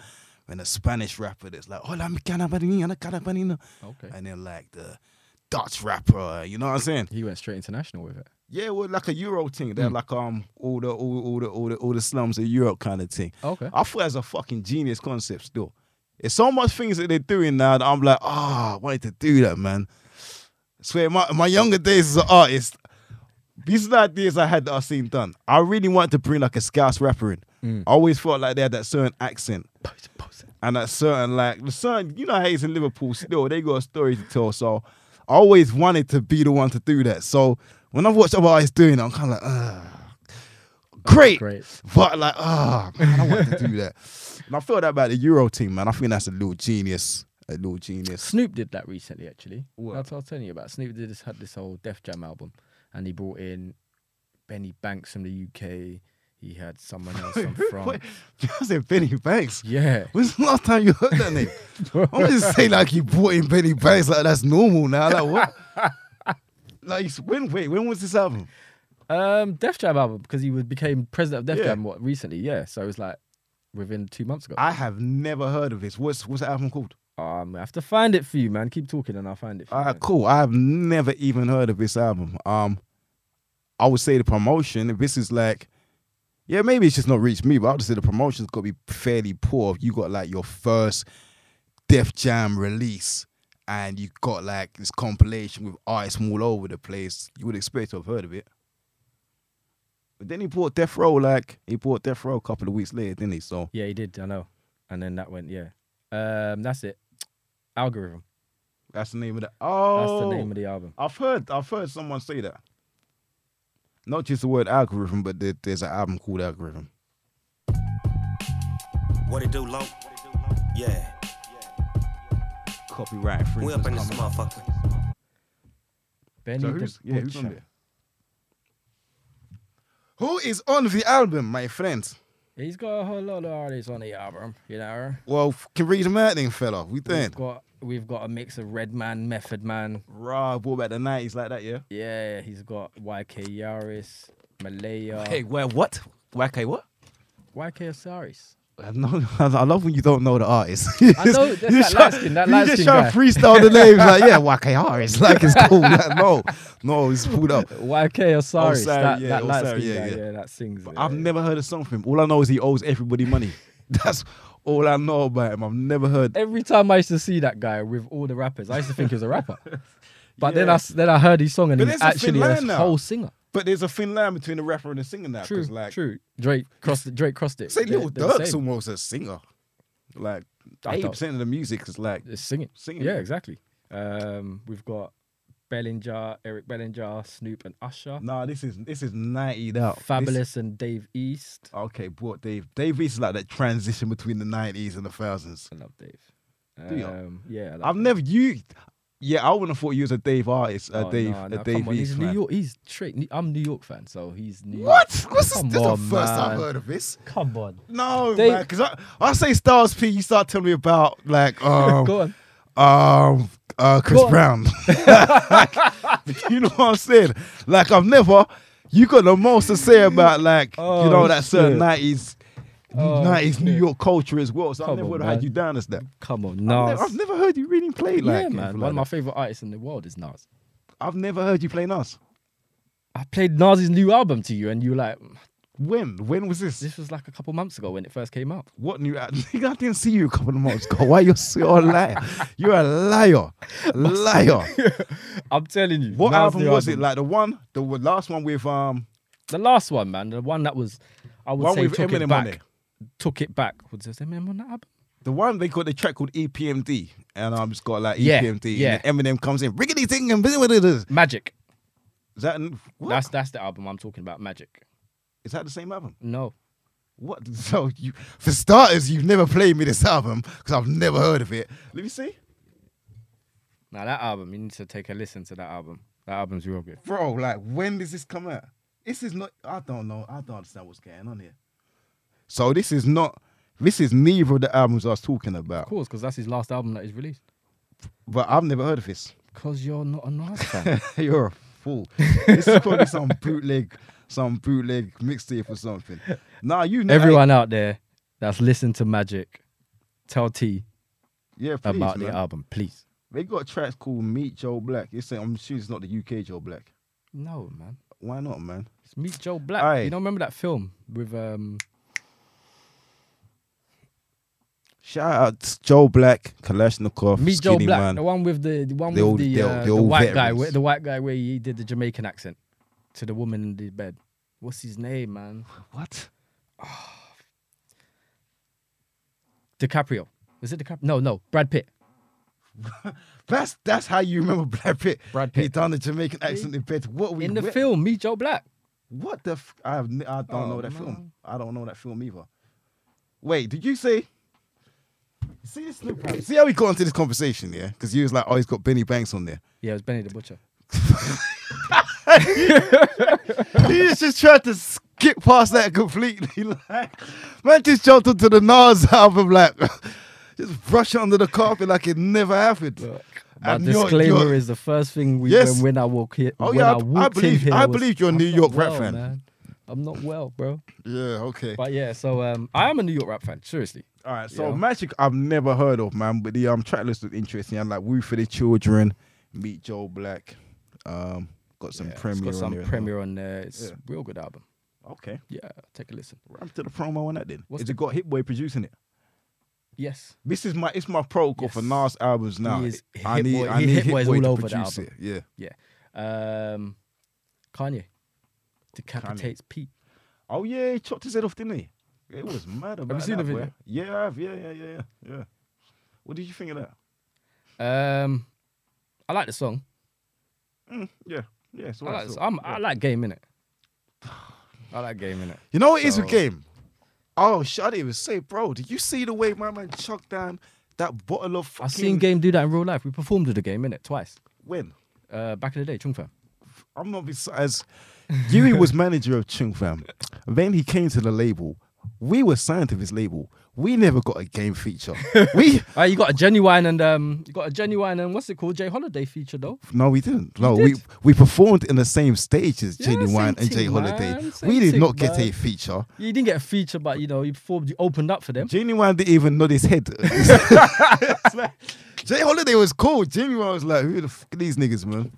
A: and a Spanish rapper that's like, Hola, mi canabarina, canabarina.
B: Okay.
A: And then like the Dutch rapper, you know what I'm saying?
B: He went straight international with it.
A: Yeah, well, like a Euro thing. They're like um all the all, all the all the all the slums of Europe kind of thing.
B: Okay.
A: I thought it was a fucking genius concept still. It's so much things that they're doing now that I'm like, ah, I wanted to do that, man. I swear, my my younger days as an artist, these are the ideas I had that I've seen done. I really wanted to bring like a Scouse rapper in. I always felt like they had that certain accent. And that certain like the certain, you know how it's in Liverpool still, they got a story to tell. So I always wanted to be the one to do that. So when I watch other artists doing it, I'm kinda like, ah, great.
B: great.
A: But like, ah, man, I wanted to do that. And I feel that about the Euro team, man. I think that's a little genius. A little genius.
B: Snoop did that recently, actually.
A: What?
B: That's what I was telling you about. Snoop did this, had this whole Def Jam album, and he brought in Benny Banks from the UK. He had someone else from France.
A: Wait, I said Benny Banks.
B: Yeah.
A: When's the last time you heard that name? I'm just saying, like, you brought in Benny Banks, like, that's normal now. Like, what? like, it's- when, wait, when was this album?
B: Um, Def Jam album because he was became president of Def
A: Yeah.
B: Jam what recently. Yeah, so it was like within two months ago.
A: I have never heard of this. What's, what's the album called?
B: Um, I have to find it for you, man. Keep talking and I'll find it. For
A: All
B: you,
A: right,
B: man.
A: cool. I have never even heard of this album. Um, I would say the promotion, if this is like, yeah, maybe it's just not reached me, but I would say the promotion's got to be fairly poor. If you got like your first Def Jam release and you got like this compilation with artists from all over the place, you would expect to have heard of it. But then he bought Death Row, like, he bought Death Row a couple of weeks later, didn't he? So,
B: Yeah, he did. I know. And then that went. Yeah. Um, that's it. Algorithm.
A: that's the name of the. Oh!
B: That's the name of the album.
A: I've heard I've heard someone say that. Not just the word algorithm, but there- there's an album called Algorithm.
E: What it do, low? Yeah,
A: Copyright infringement.
E: we up in this motherfucker.
B: Benny
A: So
B: the
A: who's, yeah, who's on
B: Butcher.
A: there? Who is on the album, my friends?
B: He's got a whole lot of artists on the album, you know.
A: Well, f- can read them out then, fella. We
B: We've
A: think.
B: got we've got a mix of Redman, Method Man.
A: Raw, brought back the 90s like that, yeah?
B: Yeah, he's got YK Yaris, Malaya,
A: where what? YK what?
B: YK Osiris.
A: I, know, I love when you don't know the artist.
B: I know, that's that light-skinned- that
A: you just
B: light-skinned
A: try
B: guy.
A: to freestyle the names like, yeah, YKR. It's like it's cool. Like, no, no, it's pulled up.
B: YK Osiris,
A: Osiris,
B: that,
A: yeah,
B: that light
A: Osiris,
B: skin
A: yeah,
B: guy, yeah,
A: yeah.
B: that sings. it,
A: I've
B: yeah.
A: never heard a song from him. All I know is he owes everybody money. That's all I know about him. I've never heard.
B: Every time I used to see that guy with all the rappers, I used to think he was a rapper. But then
A: Yeah.
B: I s- then I heard his song and
A: But
B: he was
A: there's a thin
B: actually a
A: line now.
B: whole singer.
A: But there's a thin line between the rapper and the singer now. 'cause,
B: True,
A: like,
B: true. Drake crossed it. Drake crossed it.
A: Say
B: They're-
A: Little
B: they're the
A: Durk's
B: same.
A: almost a singer. Like
B: I
A: eighty
B: don't-
A: percent of the music is like
B: It's singing.
A: Singing.
B: Yeah, exactly. Um, we've got Bellinger, Eric Bellinger, Snoop, and Usher.
A: nah. This is this is ninetyed out. This-
B: Fabulous and Dave East.
A: okay, brought Dave. Dave East is like that transition between the nineties and the thousands.
B: I love Dave.
A: Do you?
B: Um, yeah, I love
A: I've
B: Dave.
A: never you. Yeah, I wouldn't have thought you was a Dave artist, a
B: Oh,
A: Dave,
B: nah, nah,
A: a
B: come
A: Dave
B: on,
A: East
B: He's
A: fan.
B: New York. He's straight. New- I'm New York fan, so he's New York.
A: What? What's this?
B: Come
A: This is the
B: on,
A: first I've
B: man.
A: heard of this.
B: Come on.
A: No,
B: They-
A: man, because I, I say Stars P, you start telling me about like um
B: Go on.
A: um uh Chris
B: Go on.
A: Brown. you know what I'm saying? Like I've never you got the most to say about like
B: Oh,
A: you know that certain
B: shit. Oh,
A: nineties nineties New York culture as well. So I
B: Come
A: never
B: on,
A: would have had
B: man.
A: you down as that.
B: Come on,
A: I've,
B: Nas.
A: never, I've never heard you really play like
B: yeah,
A: it
B: man.
A: like
B: One of my
A: that.
B: favorite artists in the world is Nas.
A: I've never heard you play Nas.
B: I played Nas's new album to you, and you were like,
A: When? When was this?
B: "This was like a couple months ago when it first came out."
A: What new? I didn't see you a couple of months ago. Why you're so you're a liar? You're a liar, liar.
B: I'm telling you.
A: What
B: Nas'
A: album
B: new
A: was it? Like the one, the w- last one with um,
B: The last one, man. The one that was, I would
A: One
B: say,
A: with
B: took
A: Eminem on
B: it back.
A: it.
B: Took it back. Was there Eminem on that album?
A: the one they got the track called E EPMD, and um, it's got like
B: Yeah,
A: EPMD.
B: yeah.
A: And then Eminem comes in, riggedy thing, and what it is.
B: Magic.
A: Is that an- what?
B: That's that's the album I'm talking about. Magic.
A: is that the same album?
B: No.
A: What? So you, for starters, you've never played me this album because I've never heard of it. Let me see,
B: Now that album, you need to take a listen to that album. That album's real good.
A: bro. Like when does this come out? This is not. I don't know. I don't understand what's going on here. So this is not. This is neither of the albums I was talking
B: Of
A: about,
B: course, because that's his last album that he's released.
A: but I've never heard of this.
B: Because you're not a Nas fan.
A: You're a fool. This is probably some bootleg, some bootleg mixtape or something. Nah, you know,
B: Everyone out there that's listened to Magic, tell T
A: Yeah, please,
B: about
A: man.
B: the album, please.
A: They got tracks called Meet Joe Black. It's saying, I'm sure it's not the UK Joe Black.
B: No, man.
A: Why not, man?
B: It's Meet Joe Black.
A: Aye.
B: You don't remember that film with um
A: Shout out to Joe Black, Kalashnikov,
B: Meet Joe
A: Skinny
B: Black,
A: Man.
B: the one with the, the one
A: The
B: with
A: old-
B: the,
A: the
B: uh,
A: old- the
B: the
A: old
B: white guy,
A: veterans.
B: where, the white guy where he did the Jamaican accent to the woman in the bed. What's his name, man?
A: What?
B: DiCaprio. Is it DiCaprio? No, no, Brad Pitt.
A: That's that's how you remember Brad Pitt.
B: Brad
A: He
B: Pitt.
A: done the Jamaican accent in bed. What we
B: In the
A: where-
B: film, Meet Joe Black.
A: What the? F- I have. N- I don't
B: Oh,
A: know that
B: man.
A: film. I don't know that film either. Wait, did you say? See this new problem. See how we got into this conversation, yeah? Because you was like, "Oh, he's got Benny Banks on there."
B: Yeah, it was Benny the Butcher.
A: he just tried to skip past that completely. Like, man, just jumped onto the Nas album, like just brush it under the carpet like it never happened.
B: Our
A: And you're-
B: disclaimer
A: you're-
B: is the first thing we
A: Yes.
B: when, when I walk here.
A: Oh,
B: when
A: yeah, I-
B: I,
A: I
B: walked in
A: believe-
B: here
A: I
B: was,
A: believe you're a
B: "I'm
A: New
B: not
A: York rap
B: well,
A: fan."
B: Man. I'm not well, bro.
A: Yeah, okay.
B: But yeah, so um, I am a New York rap fan. Seriously,
A: All right, so
B: Yeah.
A: Magic, I've never heard of man, but the um track list was interesting. I'm like Woo for the Children, Meet Joe Black, um, got some
B: Yeah, it's
A: premiere.
B: got some
A: on there.
B: premiere on there. It's
A: Yeah.
B: real good album.
A: Okay,
B: Yeah, take a listen.
A: I'm to the promo on that then.
B: What's
A: Is
B: the-
A: it got Hit Boy producing it?
B: Yes,
A: This is my it's my protocol for
B: Yes.
A: Nas albums now.
B: is-
A: I
B: Hit
A: need
B: Boy-
A: I
B: Hit
A: need Hit
B: Boy is
A: Boy
B: all
A: to
B: over the
A: produce
B: album.
A: it. Yeah.
B: yeah. Um, Kanye decapitates Pete.
A: Oh yeah, he chopped his head off, didn't he? It was mad. About
B: seen
A: that,
B: the video?
A: boy. Yeah, I have. Yeah, yeah, yeah, yeah, yeah. What did you think of that?
B: Um, I like the song.
A: Mm, yeah, yeah. So
B: I like, the- I'm, I like game in it. I like game in it.
A: You know what it is with
B: So-
A: game? Oh, Shadi was say, bro, did you see the way my man chucked down that bottle of fucking
B: I've seen game do that in real life. We performed with the game in it twice.
A: When?
B: Uh, back in the day, Chung Fam.
A: I'm not besides Yui was manager of Chung Fam. Then he came to the label. We were signed to his label. We never got a game feature. we
B: Uh, you got a genuine and um, you got a genuine and what's it called? Jay Holiday feature though.
A: no, we didn't. No,
B: did.
A: we we performed in the same stage as
B: Yeah,
A: Jenny
B: same
A: Wine and Jay
B: thing,
A: Holiday.
B: man, same
A: We did
B: thing,
A: not get
B: man.
A: a feature.
B: You didn't get a feature, but you know you performed. You opened up for them.
A: Genuine didn't even nod his head. Jay Holiday was cool. Jimmy Wine was like, who the f- these niggas, man?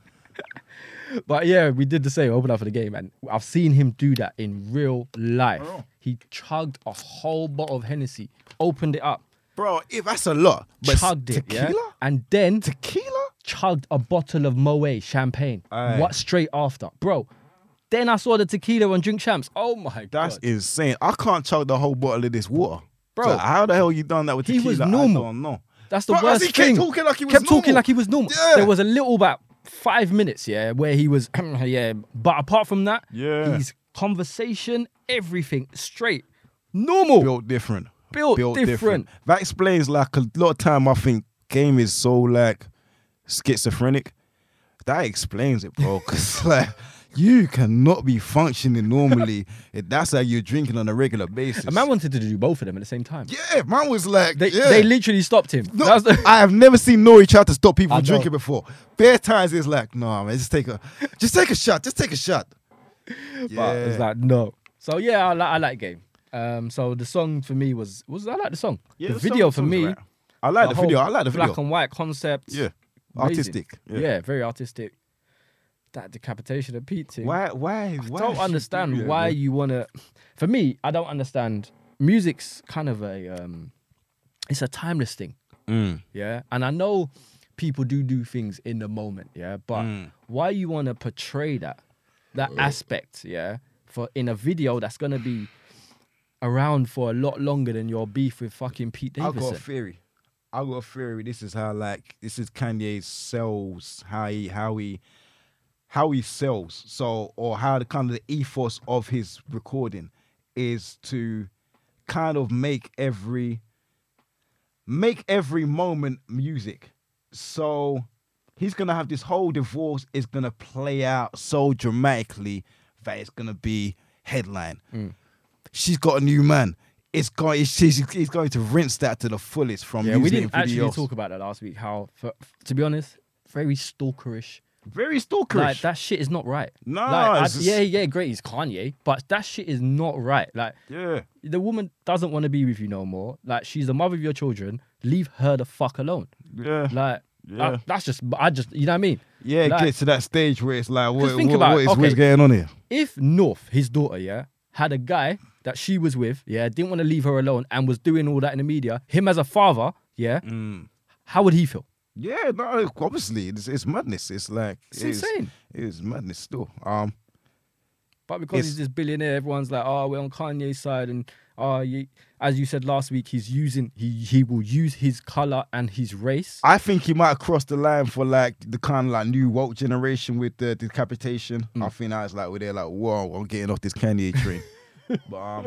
B: But yeah, we did the same. Opened up for the game, and I've seen him do that in real life.
A: Oh.
B: He chugged a whole bottle of Hennessy, opened it up,
A: Bro, if that's a lot. But
B: chugged it,
A: tequila?
B: yeah, and then
A: Tequila?
B: chugged a bottle of Moet champagne.
A: Aye.
B: What straight after, bro? Then I saw the tequila on Drink Champs. Oh my
A: That's
B: god,
A: insane. I can't chug the whole bottle of this water.
B: Bro.
A: So how the hell you done that with
B: He
A: tequila?
B: was normal.
A: I don't know.
B: that's the
A: Bro, as
B: worst
A: he kept
B: thing.
A: talking like he was
B: kept talking
A: normal.
B: like he was normal.
A: Yeah.
B: There was a little about five minutes, yeah, where he was, yeah. But apart from that,
A: Yeah.
B: his conversation, everything straight, normal.
A: Built different.
B: Built different.
A: That explains like a lot of time I think game is so like schizophrenic. That explains it, bro. Cause like you cannot be functioning normally if that's how you're drinking on a regular basis.
B: A man wanted to do both of them at the same time.
A: yeah, man was like
B: They,
A: yeah.
B: they literally stopped him.
A: No,
B: That's the-
A: I have never seen Nori try to stop people
B: I
A: from
B: know.
A: drinking before. Bare times it's like, nah, man, just take a, just take a shot, just take a shot.
B: but it was
A: Yeah.
B: like no. So yeah, I, li- I like game. Um, so the song for me was was I like the song. the, video for me,
A: I like the,
B: whole
A: video. I like the video.
B: black and white concept.
A: Yeah,
B: amazing.
A: artistic.
B: Yeah. very artistic. That decapitation of Pete. thing.
A: Why? Why? why
B: I don't
A: should you do
B: understand
A: that,
B: why
A: bro?
B: you want to. For me, I don't understand. Music's kind of a, um, it's a timeless thing.
A: Mm.
B: Yeah, and I know people do do things in the moment. Yeah, but
A: Mm.
B: why you want to portray that, that aspect? Yeah, for in a video that's gonna be around for a lot longer than your beef with fucking Pete
A: I got
B: Davidson.
A: a theory. I got a theory. This is how like this is Kanye sells how he how he how he sells. So or how the kind of the ethos of his recording is to kind of make every make every moment music. So he's gonna have this whole divorce is gonna play out so dramatically that it's gonna be headline
B: Hmm.
A: she's got a new man. It's going. She's, he's going to rinse that to the fullest from.
B: Yeah, we
A: using it
B: didn't
A: for the
B: actually
A: else.
B: talk about that last week. How, for, to be honest, very stalkerish,
A: Very stalkerish.
B: Like that shit is not right.
A: Nah,
B: like, I-
A: it's just-
B: yeah, yeah, great. He's Kanye, but that shit is not right. Like
A: yeah.
B: the woman doesn't want to be with you no more. Like she's the mother of your children. Leave her the fuck alone.
A: Yeah.
B: Like
A: Yeah.
B: I- that's just I just you know what I mean.
A: yeah, it
B: like-
A: gets to that stage where it's like, what,
B: think
A: what-
B: about
A: what
B: it,
A: is, what's
B: okay.
A: going on here?
B: If North, his daughter, yeah, had a guy that she was with, yeah, didn't want to leave her alone and was doing all that in the media, him as a father, yeah,
A: Mm.
B: how would he feel?
A: Yeah, no, obviously it's, it's madness. It's like
B: It's insane.
A: It's madness still. Um,
B: But because he's this billionaire, everyone's like, oh, we're on Kanye's side. And oh, you, as you said last week, he's using, he, he will use his color and his race.
A: I think he might have crossed the line for like the kind of like new woke generation with the decapitation. I think I was like, where they're like, whoa, I'm getting off this Kanye train. but um,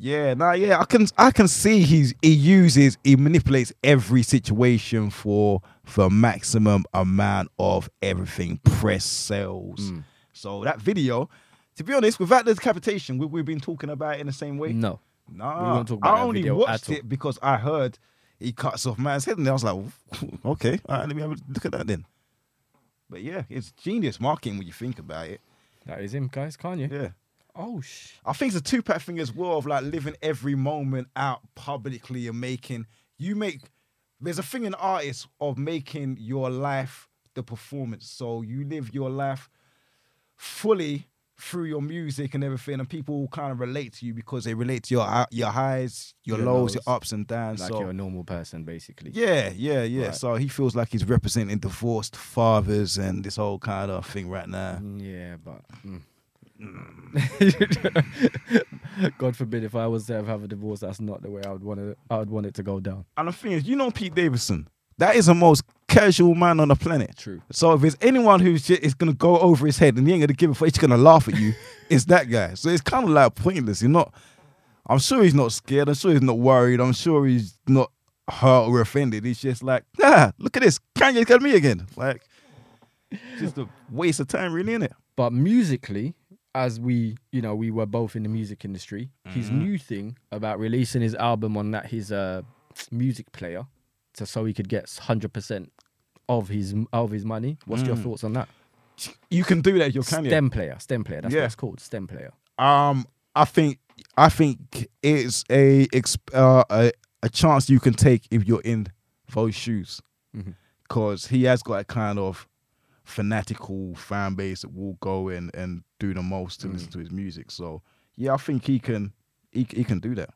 A: yeah, nah, yeah, I can I can see he's he uses he manipulates every situation for for maximum amount of everything press sales. So that video, to be honest, without the decapitation, we, we've been talking about it in the same way.
B: no.
A: Nah,
B: won't talk about
A: I
B: that
A: only
B: video
A: watched
B: at all.
A: it because I heard he cuts off man's head, and I was like, okay, all right, let me have a look at that then. But yeah, it's genius marketing when you think about it.
B: That is him, guys, Kanye.
A: Yeah,
B: Oh, sh.
A: I think it's a two pack thing as well of like living every moment out publicly and making you make. There's a thing in artists of making your life the performance, so you live your life fully through your music and everything, and people will kind of relate to you because they relate to your uh, your highs, your,
B: Your
A: lows, your
B: lows.
A: ups and downs.
B: Like
A: so
B: you're a normal person, basically.
A: yeah, yeah, yeah.
B: Right.
A: So he feels like he's representing divorced fathers and this whole kind of thing right now.
B: Yeah, but.
A: Mm.
B: mm. God forbid if I was to have a divorce, that's not the way I would want it. I would want it to go down.
A: And the thing is, you know Pete Davidson. That is the most casual man on the planet.
B: True.
A: So if there's anyone who's just, is gonna go over his head and he ain't gonna give a fuck, he's just gonna laugh at you. it's that guy. So it's kind of like pointless. You're not. I'm sure he's not scared. I'm sure he's not worried. I'm sure he's not hurt or offended. He's just like, nah, look at this. Kanye's got me again. Like, just a waste of time, really, is it?
B: but musically as we you know we were both in the music industry his new thing about releasing his album on that his uh music player to so he could get 100% of his of his money what's your thoughts on that
A: You can do that. if You're Kanye.
B: stem player stem player that's
A: Yeah.
B: what it's called stem player
A: Um, I think I think it's a exp- uh, a, a chance you can take if you're in those shoes, because he has got a kind of fanatical fan base that will go in and do the most to listen to his music. So yeah, I think he can he, he can do that,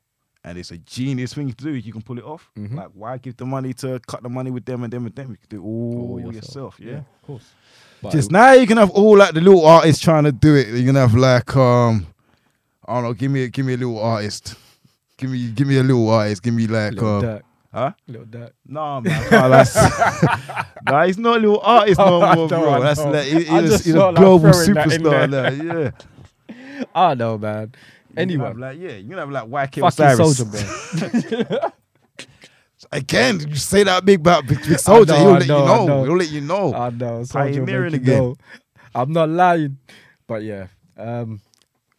A: and it's a genius thing to do. if You can pull it off. Like why give the money to cut the money with them and them and them? You can do it all, yourself. yeah.
B: of course but
A: Just now you can have all like the little artists trying to do it. You can have like um I don't know, give me a give me a little artist. Give me give me a little artist, give me like
B: little
A: uh,
B: Dirk,
A: huh?
B: little Dirk.
A: Nah man, nah, that's, nah, he's not a little artist no
B: I
A: more,
B: know,
A: bro.
B: I
A: That's
B: know.
A: like he,
B: I
A: he's,
B: just
A: he's
B: saw,
A: a
B: like,
A: global
B: throwing that in
A: superstar now, yeah.
B: i know man
A: You can
B: anyway
A: have, like, yeah, you can have like YK
B: fucking
A: Osiris.
B: soldier boy
A: Again, you say that big about big, big soldier,
B: know,
A: he'll
B: I
A: let
B: know,
A: you
B: I
A: know.
B: know.
A: He'll let you know.
B: I know. Soldier will
A: Pioneering
B: make you
A: again.
B: know. I'm not lying, but yeah. Um,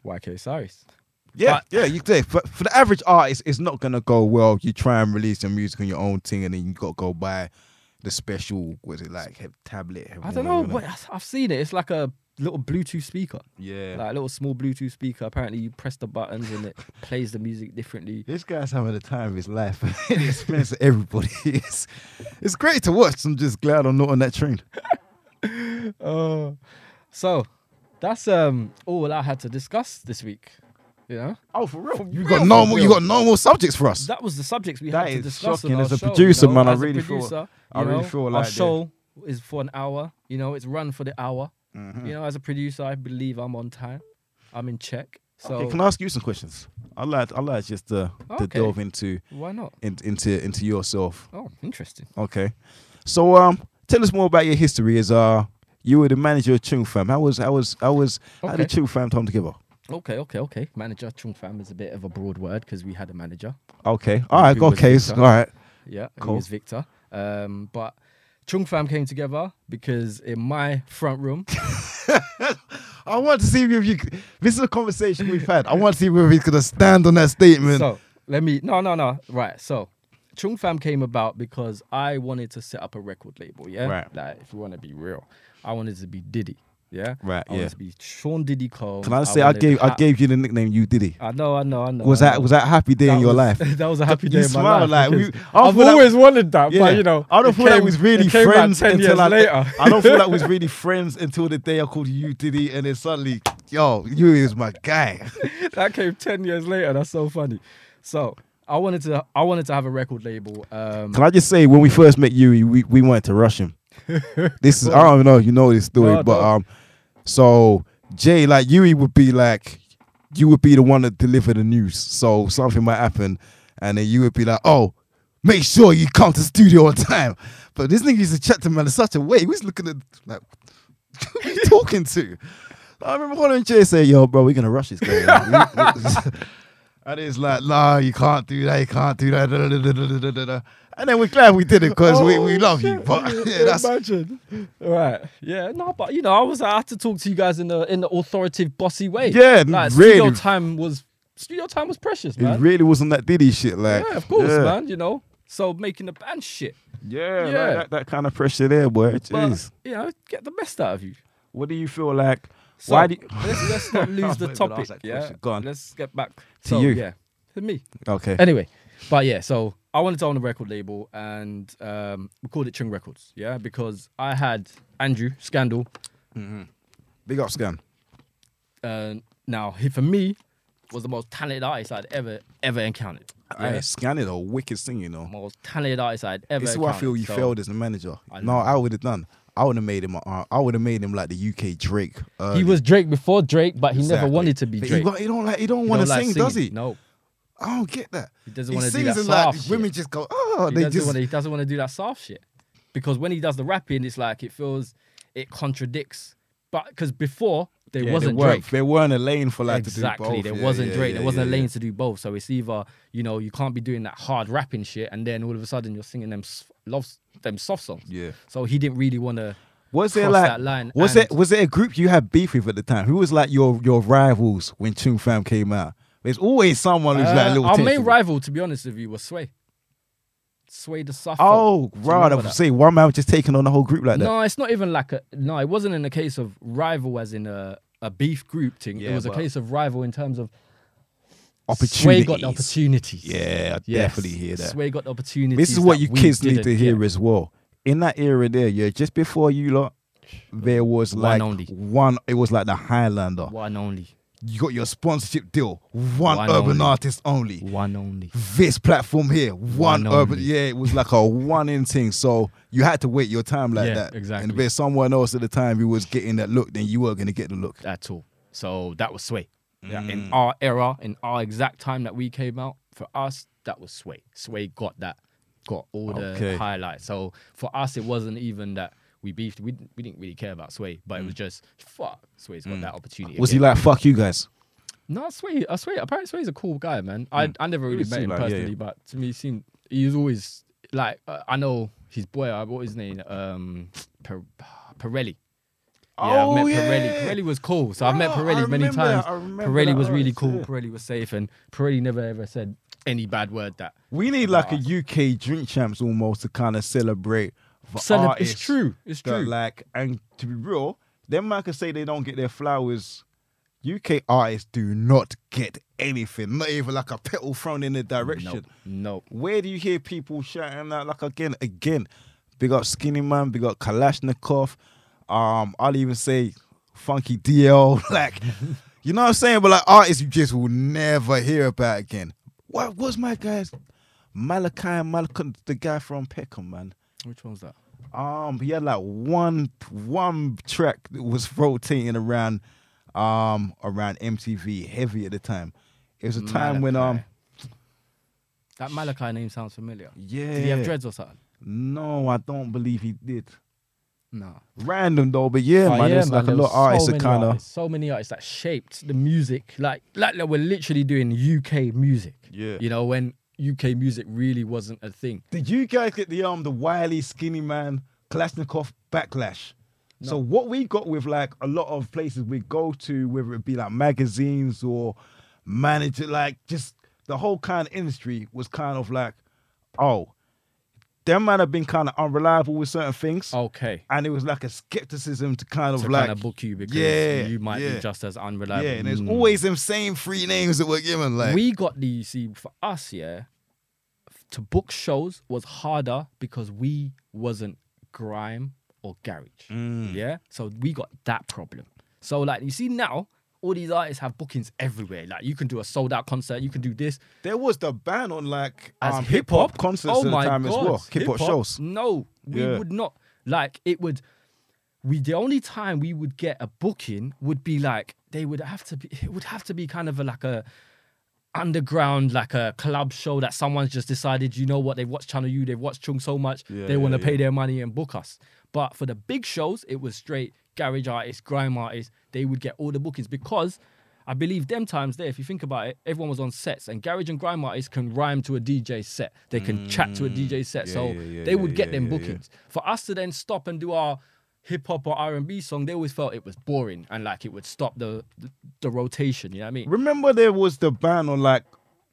B: YK Cyrus.
A: Yeah,
B: But-
A: yeah, you did. But for the average artist, it's not gonna go well. You try and release your music on your own thing, and then you got to go buy the special. Was it like he- tablet?
B: I don't know, but I- I've seen it. It's like a little Bluetooth speaker,
A: yeah,
B: like a little small Bluetooth speaker. Apparently, you press the buttons and it plays the music differently.
A: this guy's having the time of his life. it explains to everybody. It's, it's great to watch. I'm just glad I'm not on that train.
B: Oh, so that's um all I had to discuss this week. You know,
A: Oh, for real? You
B: real,
A: got no
B: for
A: more.
B: real.
A: You got no more subjects for us.
B: that was the subjects we
A: That
B: had to
A: is
B: discuss.
A: shocking.
B: on our
A: As a
B: show,
A: producer,
B: you know?
A: man, I
B: As a
A: really feel-
B: producer,
A: I
B: you
A: really
B: know,
A: feel
B: our
A: like that.
B: show is for an hour. You know, it's run for the hour.
A: Mm-hmm.
B: You know, as a producer, I believe I'm on time. I'm in check. So
A: Okay, can I ask you some questions? I like I like just to, to
B: Okay.
A: delve into
B: why not?
A: in, into into yourself.
B: Oh, interesting.
A: Okay. So um tell us more about your history as uh you were the manager of Chung Fam. How was how was how was how did
B: Okay.
A: Chung Fam come together?
B: Okay, okay, okay. Manager Chung Fam is a bit of a broad word because we had a manager.
A: Okay. All right,
B: Who was
A: okay.
B: Victor?
A: All right.
B: Yeah, who
A: Cool.
B: is Victor. Um, but Chung Fam came together because in my front room,
A: I want to see if you this is a conversation we've had. I want to see whether he's gonna stand on that statement.
B: So let me. No, no, no. Right. So Chung Fam came about because I wanted to set up a record label. Yeah,
A: Right.
B: Like, if you want to be real, I wanted to be Diddy. Yeah,
A: Right,
B: I wanted
A: yeah.
B: to be Sean Diddy Cole.
A: Can I say I
B: wanted
A: gave I
B: Hap-
A: gave you the nickname you Diddy?
B: I know, I know, I know.
A: Was
B: I
A: that
B: know.
A: was that a happy day in your life?
B: was- That was a happy day
A: You
B: in my
A: smile like
B: life.
A: we-
B: because
A: I
B: I've
A: feel like-
B: always wanted that, but you know,
A: I don't feel
B: came,
A: like it was really
B: came about
A: friends
B: 10
A: until
B: years
A: I,
B: later.
A: I don't feel like was really friends until the day I called you Diddy, and then suddenly, yo, you is my guy.
B: that came ten years later. That's so funny. So I wanted to, I wanted to have a record label. Um,
A: Can I just say when we first met you, we we wanted to rush him. This is I don't even know if you know this story,
B: No, I
A: but
B: don't.
A: um, so Jay like Yui would be like, you would be the one that deliver the news. So something might happen, and then you would be like, oh. Make sure you come to studio on time. But this nigga used to chat to man in such a way. He was looking at like, who are you talking to? I remember calling Jay say, "Yo, bro, we're gonna rush this guy." man." And it's like, nah, you can't do that, you can't do that. Da, da, da, da, da, da, da, da. And then we're glad we did it because we,
B: Oh,
A: we love you. But yeah, that's
B: Imagine, right? Yeah, no, but you know, I was I had to talk to you guys in the in the authoritative, bossy way.
A: Yeah,
B: like studio
A: really.
B: time was studio time was precious,
A: it
B: man.
A: really wasn't that Diddy shit. Like,
B: yeah, of course,
A: yeah.
B: man. You know, so making the band shit,
A: Yeah,
B: Yeah.
A: Like that, that kind of pressure there, boy.
B: but
A: Jeez.
B: you know, get the best out of you.
A: What do you feel like?
B: So
A: why do you,
B: let's, let's not lose the
A: I'm gonna ask
B: topic.
A: that
B: Yeah,
A: question. Go on.
B: Let's get back
A: To
B: so,
A: you.
B: Yeah, to me.
A: Okay.
B: Anyway, but yeah, so I wanted to own a record label and um, we called it Chung Records. Yeah, because I had Andrew Scandal.
A: Big up scan.
B: Uh, now he for me was the most talented artist I'd ever ever encountered. Yeah?
A: Hey, scan is a wicked thing, you know.
B: most talented artist I'd ever.
A: This is why I
B: encountered.
A: feel you
B: So-
A: failed as a manager.
B: I
A: no, I would have done. I would have made him. Uh, I would have made him like the UK Drake. Uh,
B: He was Drake before Drake, but he never wanted to be
A: But
B: Drake.
A: he wa- He, don't like. He don't
B: He
A: want to
B: don't like
A: sing, does
B: singing.
A: he?
B: No,
A: I don't get that.
B: He doesn't
A: He
B: wanna do
A: sings
B: that
A: and like
B: soft
A: women
B: shit.
A: just go, oh,
B: he
A: they
B: doesn't
A: just
B: want. He doesn't want to do that soft shit because when he does the rapping, it's like it feels it contradicts. But because before there
A: Yeah,
B: wasn't
A: they weren't,
B: Drake.
A: They weere a lane for like
B: exactly.
A: to do both.
B: There
A: Yeah,
B: wasn't
A: yeah,
B: Drake.
A: yeah,
B: there wasn't
A: yeah,
B: a lane to do both. So it's either you know you can't be doing that hard rapping shit, and then all of a sudden you're singing them s- love them soft songs.
A: Yeah.
B: So he didn't really want to.
A: Was there
B: cross
A: like
B: that line
A: was
B: and-
A: it was it a group you had beef with at the time? Who was like your your rivals when Chung Fam came out? There's always someone who's like a
B: Uh,
A: little.
B: our
A: tension.
B: main rival, to be honest with you, was Sway. Sway the Suffer.
A: Oh,
B: Do you
A: right. I
B: remember
A: would
B: that?
A: say one man was just taking on the whole group like that.
B: No, it's not even like a. No, it wasn't in a case of rival as in a, a beef group thing. it
A: Yeah,
B: was a
A: but-
B: case of rival in terms of Sway
A: Opportunity.
B: got the opportunities.
A: Yeah, I
B: Yes.
A: definitely hear that.
B: Sway got the opportunities.
A: This is what
B: that
A: you
B: we
A: kids need
B: didn't
A: to hear
B: get.
A: as well. In that era there, yeah, just before you lot, there was
B: One
A: like
B: only.
A: one. It was like the Highlander.
B: One only.
A: You got your sponsorship deal. One,
B: One
A: urban
B: only.
A: artist only.
B: One only.
A: this platform here, one,
B: One
A: urban.
B: only.
A: Yeah, it was like a one in thing. So you had to wait your time like
B: Yeah,
A: that. And
B: exactly.
A: if there's someone else at the time who was getting that look, then you were gonna get the look.
B: At all. So that was Sway. Yeah,
A: Mm.
B: in our era, in our exact time that we came out, for us, that was Sway. Sway got that, got all the
A: Okay.
B: highlights. So for us, it wasn't even that we beefed. We, didn't- we didn't really care about Sway, but it was just, fuck, Sway's got that opportunity.
A: Mm. Was he
B: again.
A: like, fuck you guys?
B: No, Sway, I swear, apparently Sway's a cool guy, man. I,
A: Mm.
B: I never really
A: would
B: met
A: seem
B: him
A: like- yeah,
B: personally,
A: yeah.
B: but to me, he seemed he's always like uh, I know his boy. Uh, what was his name? Um, per, Pirelli. Yeah,
A: Oh,
B: I've met
A: yeah.
B: Pirelli. Pirelli was cool, so I've met
A: Oh, I
B: Pirelli many
A: remember
B: times.
A: that, I remember
B: Pirelli
A: that,
B: was really
A: alright,
B: cool.
A: yeah.
B: Pirelli was safe, and Pirelli never ever said any bad word. That
A: We need like a UK drink champs almost to kind of celebrate the
B: Celeb- it's
A: artists
B: true, it's
A: that,
B: true.
A: Like, and to be real, them man can say they don't get their flowers. UK artists do not get anything, not even like a petal thrown in their direction.
B: no, no.
A: Where do you hear people shouting out like again, again? Big up Skinny Man, big up Kalashnikov. Um, I'll even say Funky DL. Like, you know what I'm saying? But like artists you just will never hear about again. What was my guy's Malachi Malachi, the guy from Peckham, man?
B: Which one's that?
A: Um, he had like one one track that was rotating around um around MTV heavy at the time. It was a time when um
B: Malachi. That Malachi name sounds familiar.
A: yeah
B: Did he have dreads or something?
A: No, I don't believe he did.
B: No.
A: Random though, but yeah,
B: Oh,
A: man,
B: yeah,
A: there's
B: man,
A: like
B: there
A: a lot
B: was
A: of artists
B: so
A: that
B: many
A: kind of
B: artists, so many artists that shaped the music, like like they were literally doing UK music.
A: Yeah.
B: you know when UK music really wasn't a thing.
A: Did you guys get the um the wily skinny man Kalashnikov backlash? So what we got with like a lot of places we go to, whether it be like magazines or manager, like just the whole kind of industry was kind of like, oh, them man have been kind of unreliable with certain things,
B: Okay.
A: and it was like a skepticism to kind of
B: Oh. To
A: like
B: kind of book you because
A: yeah,
B: you might
A: yeah.
B: be just as
A: yeah,
B: unreliable.
A: and there's
B: Mm.
A: always them same three names that were given. Like
B: we got the you see for us yeah f- to book shows was harder because we wasn't grime or garage
A: Mm.
B: yeah so we got that problem so like you see now all these artists have bookings everywhere like you can do a sold out concert you can do this
A: there was the ban on like
B: as
A: um,
B: hip hop
A: concerts
B: oh
A: at the
B: my
A: time as
B: God,
A: well, hip hop shows.
B: No, we
A: Yeah.
B: would not. Like it would. We the only time we would get a booking would be like they would have to be. It would have to be kind of a, like a underground, like a club show that someone's just decided. You know what? They've watched Channel U. They've watched Chung so much.
A: Yeah,
B: they
A: yeah,
B: want to
A: yeah.
B: pay their money and book us. But for the big shows, it was straight garage artists, grime artists. They would get all the bookings because. I believe them times there, if you think about it, everyone was on sets and garage and grime artists can rhyme to a DJ set. They can chat to a DJ set. so
A: Mm, yeah, yeah,
B: they
A: yeah,
B: would get
A: yeah,
B: them
A: yeah, yeah.
B: bookings. For us to then stop and do our hip hop or R and B song, they always felt it was boring and like it would stop the the, the rotation. You know what I mean?
A: Remember, there was the ban on like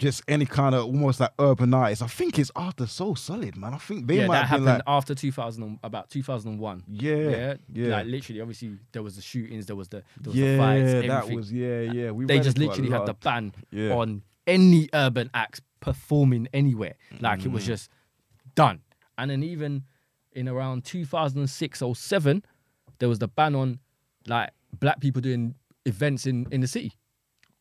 A: just any kind of almost like urban artists. I think it's after Soul Solid, man. I think they
B: yeah,
A: might
B: that
A: have been
B: happened
A: like
B: after 2000, and- about 2001.
A: Yeah,
B: yeah,
A: yeah.
B: Like literally, obviously there was the shootings, there was the there was
A: yeah,
B: the fights, everything.
A: that was yeah, yeah. We
B: they
A: read
B: just
A: into a
B: literally had
A: lot.
B: the ban
A: Yeah.
B: on any urban acts performing anywhere. Like
A: Mm.
B: it was just done. And then even in around 2006 or 7, there was the ban on like black people doing events in, in the city.